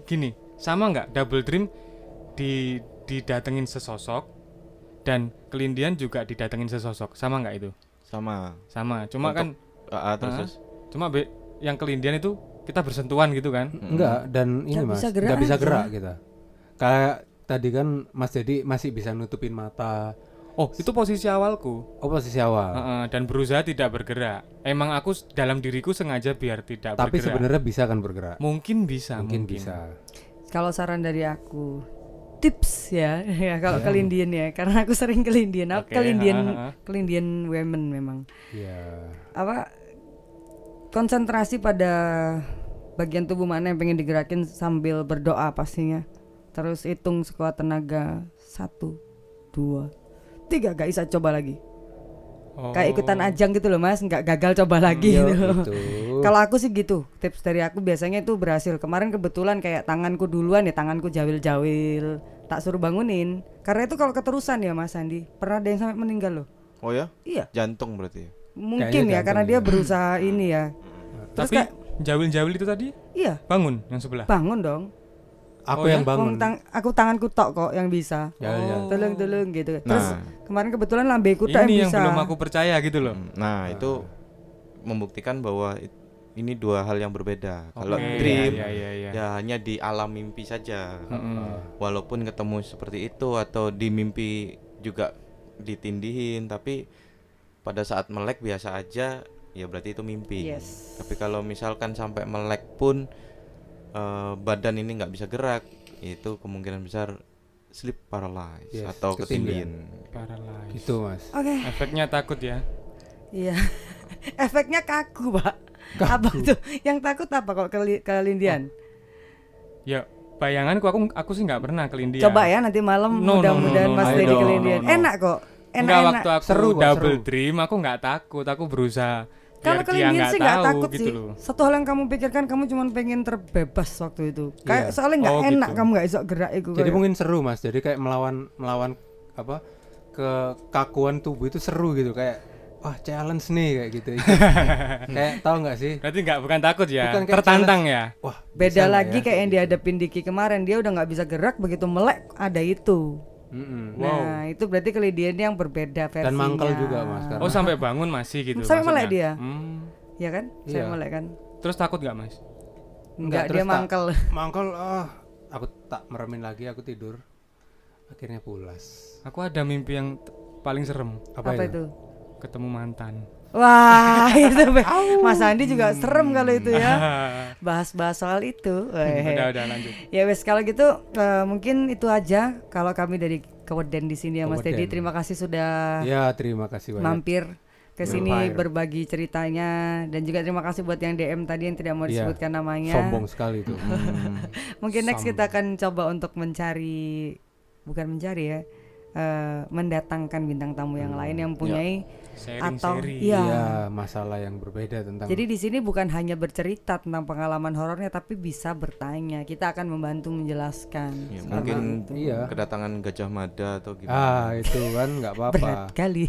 [SPEAKER 6] gini, sama nggak double dream di didatengin sesosok dan kelindian juga didatengin sesosok. Sama nggak itu?
[SPEAKER 4] sama.
[SPEAKER 6] Sama. Cuma
[SPEAKER 4] Untuk-
[SPEAKER 6] kan
[SPEAKER 4] Ah, ah, terus
[SPEAKER 6] Ah.
[SPEAKER 4] terus.
[SPEAKER 6] cuma be- yang kelindian itu kita bersentuhan gitu kan
[SPEAKER 5] Enggak dan ini
[SPEAKER 3] Nggak
[SPEAKER 5] Mas,
[SPEAKER 3] bisa gerak
[SPEAKER 5] nggak bisa
[SPEAKER 3] aja.
[SPEAKER 5] gerak kita. Kayak tadi kan Mas Dedi masih bisa nutupin mata.
[SPEAKER 6] oh itu posisi awalku
[SPEAKER 5] Oh posisi awal.
[SPEAKER 6] Heeh, dan berusaha tidak bergerak emang aku s- dalam diriku sengaja biar tidak
[SPEAKER 5] tapi
[SPEAKER 6] bergerak
[SPEAKER 5] sebenarnya bisa kan bergerak
[SPEAKER 3] Iya,
[SPEAKER 6] mungkin bisa
[SPEAKER 5] mungkin, bisa
[SPEAKER 3] Kalau saran dari aku tips ya, ya kalau kelindian ya, karena aku sering kelindian. Aku
[SPEAKER 6] Oke,
[SPEAKER 3] kelindian
[SPEAKER 6] ha, ha, ha.
[SPEAKER 3] kelindian women memang.
[SPEAKER 5] ya
[SPEAKER 3] Apa konsentrasi pada bagian tubuh mana yang pengen digerakin sambil berdoa pastinya. Terus hitung sekuat tenaga satu, dua, tiga gak bisa coba lagi.
[SPEAKER 6] Oh.
[SPEAKER 3] Kayak ikutan ajang gitu loh mas, nggak gagal coba lagi.
[SPEAKER 5] Yo,
[SPEAKER 3] gitu.
[SPEAKER 5] itu
[SPEAKER 3] Kalau aku sih gitu, tips dari aku biasanya itu berhasil. Kemarin kebetulan kayak tanganku duluan ya, tanganku jawil-jawil, tak suruh bangunin. Karena itu kalau keterusan ya Mas Andi, pernah ada yang sampai meninggal loh.
[SPEAKER 4] Oh ya,
[SPEAKER 3] Iya,
[SPEAKER 4] jantung berarti. ya?
[SPEAKER 3] mungkin
[SPEAKER 5] Kayaknya
[SPEAKER 3] ya karena
[SPEAKER 5] jantung
[SPEAKER 3] dia berusaha ini ya. Terus
[SPEAKER 6] tapi
[SPEAKER 3] kayak-
[SPEAKER 6] jawil-jawil itu tadi
[SPEAKER 3] Iya,
[SPEAKER 6] bangun yang sebelah
[SPEAKER 3] bangun dong.
[SPEAKER 5] aku
[SPEAKER 6] Oh ya?
[SPEAKER 5] yang bangun
[SPEAKER 3] Wong tang- aku tanganku tok kok yang bisa.
[SPEAKER 5] ya, ya.
[SPEAKER 3] Tolong-tolong gitu. Terus
[SPEAKER 4] Nah.
[SPEAKER 3] kemarin kebetulan lambeku tak yang
[SPEAKER 6] ini yang
[SPEAKER 3] bisa.
[SPEAKER 6] belum aku percaya gitu loh
[SPEAKER 4] Hmm, Nah, itu membuktikan bahwa it- ini dua hal yang berbeda. Kalau
[SPEAKER 6] Oke,
[SPEAKER 4] dream
[SPEAKER 3] Iya,
[SPEAKER 6] ya, ya, ya, ya.
[SPEAKER 4] ya hanya di alam mimpi saja.
[SPEAKER 3] Hmm.
[SPEAKER 6] Mm-mm.
[SPEAKER 4] Walaupun ketemu seperti itu atau di mimpi juga ditindihin, tapi pada saat melek biasa aja, ya berarti itu mimpi.
[SPEAKER 3] Yes.
[SPEAKER 4] Tapi kalau misalkan sampai melek pun eh, badan ini nggak bisa gerak, itu kemungkinan besar sleep paralysis
[SPEAKER 5] Yes,
[SPEAKER 4] atau
[SPEAKER 5] ketindihan.
[SPEAKER 4] ketindihan.
[SPEAKER 6] Paralyzed.
[SPEAKER 5] gitu mas
[SPEAKER 3] Oke.
[SPEAKER 6] efeknya takut ya
[SPEAKER 3] Iya. Efeknya kaku, Pak. Apa tuh? Yang takut apa kalau keli- kelindian?
[SPEAKER 6] Oh, ya bayanganku aku aku sih nggak pernah kelindian
[SPEAKER 3] Coba ya nanti malam
[SPEAKER 6] iya. No, no,
[SPEAKER 3] mudah-mudahan
[SPEAKER 6] no, no,
[SPEAKER 3] Mas
[SPEAKER 6] no,
[SPEAKER 3] Dedi
[SPEAKER 6] no,
[SPEAKER 3] kelindian.
[SPEAKER 6] no, no.
[SPEAKER 3] Enak kok.
[SPEAKER 6] Enggak
[SPEAKER 3] Enak-enak.
[SPEAKER 6] waktu aku
[SPEAKER 5] Seru kok,
[SPEAKER 6] double
[SPEAKER 5] seru.
[SPEAKER 6] dream aku nggak takut aku berusaha
[SPEAKER 3] Kalau
[SPEAKER 6] biar dia
[SPEAKER 3] kelindian
[SPEAKER 6] nggak
[SPEAKER 3] sih nggak
[SPEAKER 6] tahu
[SPEAKER 3] takut
[SPEAKER 6] gitu
[SPEAKER 3] sih.
[SPEAKER 6] loh
[SPEAKER 3] Satu hal yang kamu pikirkan kamu cuma pengen terbebas waktu itu. Kayak soalnya nggak
[SPEAKER 6] Oh,
[SPEAKER 3] enak
[SPEAKER 6] gitu.
[SPEAKER 3] kamu nggak bisa gerak itu.
[SPEAKER 5] jadi
[SPEAKER 3] kayak.
[SPEAKER 5] mungkin seru mas jadi kayak melawan melawan apa kekakuan tubuh itu seru gitu kayak wah challenge nih kayak gitu kayak tahu nggak sih
[SPEAKER 6] berarti nggak bukan takut ya
[SPEAKER 5] Bukan kayak
[SPEAKER 6] tertantang ya
[SPEAKER 5] wah
[SPEAKER 3] Beda
[SPEAKER 5] bisa nggak
[SPEAKER 3] lagi
[SPEAKER 5] ya?
[SPEAKER 3] kayak yang dihadapin Diki kemarin dia udah nggak bisa gerak begitu melek ada itu.
[SPEAKER 5] Mm-mm.
[SPEAKER 3] Nah itu berarti kelindian yang berbeda versinya.
[SPEAKER 5] dan mangkel juga mas karena
[SPEAKER 6] oh sampai bangun masih gitu
[SPEAKER 3] Sampai melek
[SPEAKER 6] maksudnya?
[SPEAKER 3] dia?
[SPEAKER 6] Hmm.
[SPEAKER 3] Ya kan? Saya
[SPEAKER 5] Iya.
[SPEAKER 3] melek kan.
[SPEAKER 6] terus takut nggak mas
[SPEAKER 5] Enggak,
[SPEAKER 3] Enggak,
[SPEAKER 5] terus
[SPEAKER 3] dia
[SPEAKER 5] tak-
[SPEAKER 3] mangkel.
[SPEAKER 5] mangkol ah aku tak meremin lagi aku tidur akhirnya pulas
[SPEAKER 6] Aku ada mimpi yang t- paling serem,
[SPEAKER 3] Apa, itu?
[SPEAKER 6] ketemu mantan.
[SPEAKER 3] Wah, itu Be. Mas Andi juga serem kalau itu ya.
[SPEAKER 5] Hmm.
[SPEAKER 3] Bahas-bahas soal itu. Wehe.
[SPEAKER 6] udah udah lanjut.
[SPEAKER 3] Ya wes kalau gitu eh, mungkin itu aja kalau kami dari Keweden di sini ya Mas
[SPEAKER 5] Keweden.
[SPEAKER 3] Dedi. Terima kasih sudah
[SPEAKER 5] ya terima kasih banyak
[SPEAKER 3] mampir ke sini berbagi ceritanya dan juga terima kasih buat yang DM tadi yang tidak mau
[SPEAKER 5] Iya,
[SPEAKER 3] disebutkan namanya.
[SPEAKER 5] sombong sekali itu
[SPEAKER 3] Mungkin next kita akan coba untuk mencari bukan mencari ya. eh, mendatangkan bintang tamu yang lain yang punyai
[SPEAKER 6] Sharing
[SPEAKER 3] atau
[SPEAKER 6] sharing.
[SPEAKER 3] iya.
[SPEAKER 5] Iya, masalah yang berbeda tentang
[SPEAKER 3] Jadi di sini bukan hanya bercerita tentang pengalaman horornya tapi bisa bertanya. Kita akan membantu menjelaskan.
[SPEAKER 4] Ya,
[SPEAKER 3] Seperti
[SPEAKER 4] mungkin
[SPEAKER 3] itu.
[SPEAKER 5] iya
[SPEAKER 4] kedatangan Gajah Mada atau
[SPEAKER 5] ah
[SPEAKER 4] gimana.
[SPEAKER 5] itu kan nggak
[SPEAKER 3] berat
[SPEAKER 5] apa-apa
[SPEAKER 3] kali.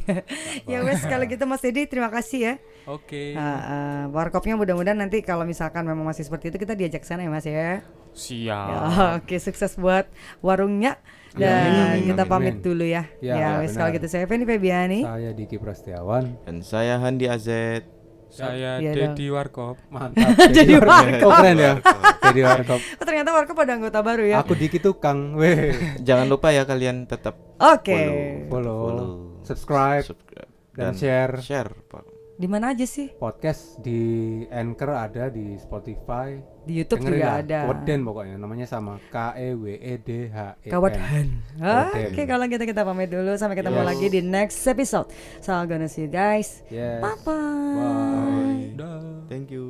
[SPEAKER 3] ya wes kalau gitu Mas Dedi terima kasih ya.
[SPEAKER 6] Oke.
[SPEAKER 3] Ah, ah, warkopnya mudah-mudahan nanti kalau misalkan memang masih seperti itu kita diajak sana ya Mas ya.
[SPEAKER 5] Ah.
[SPEAKER 3] Ya,
[SPEAKER 6] Siap.
[SPEAKER 3] Oke sukses buat warungnya
[SPEAKER 4] Amin,
[SPEAKER 3] dan
[SPEAKER 4] amin,
[SPEAKER 3] kita
[SPEAKER 4] amin.
[SPEAKER 3] pamit dulu ya.
[SPEAKER 5] Ya,
[SPEAKER 3] ya
[SPEAKER 5] ya,
[SPEAKER 3] wes kalau
[SPEAKER 5] benar.
[SPEAKER 3] gitu saya Feni Febiani.
[SPEAKER 5] saya Diki Prastiawan
[SPEAKER 4] Dan saya Handi Azet.
[SPEAKER 6] Saya
[SPEAKER 3] Iya dong.
[SPEAKER 6] Dedi Warkop.
[SPEAKER 5] mantap
[SPEAKER 3] Jadi
[SPEAKER 5] warkop keren ya jadi warkop
[SPEAKER 3] Oh, ternyata warkop ada anggota baru ya.
[SPEAKER 5] aku Diki tukang weh
[SPEAKER 4] Jangan lupa ya kalian tetap
[SPEAKER 3] Oke.
[SPEAKER 4] follow,
[SPEAKER 5] Follow, subscribe,
[SPEAKER 4] subscribe,
[SPEAKER 5] dan share.
[SPEAKER 4] Share, Pak.
[SPEAKER 3] Di mana aja sih?
[SPEAKER 5] podcast di Anchor ada di Spotify
[SPEAKER 3] Di YouTube
[SPEAKER 5] Dengerin
[SPEAKER 3] juga
[SPEAKER 5] lah,
[SPEAKER 3] ada.
[SPEAKER 5] Keweden pokoknya namanya sama K E W E D H E N.
[SPEAKER 3] Kawadan.
[SPEAKER 5] Kawadan.
[SPEAKER 3] Oke, kalau gitu kita pamit dulu sampai ketemu
[SPEAKER 5] Yes.
[SPEAKER 3] lagi di next episode. So, I'm gonna see you guys.
[SPEAKER 5] Yes.
[SPEAKER 3] Bye bye.
[SPEAKER 5] Bye.
[SPEAKER 4] Thank you.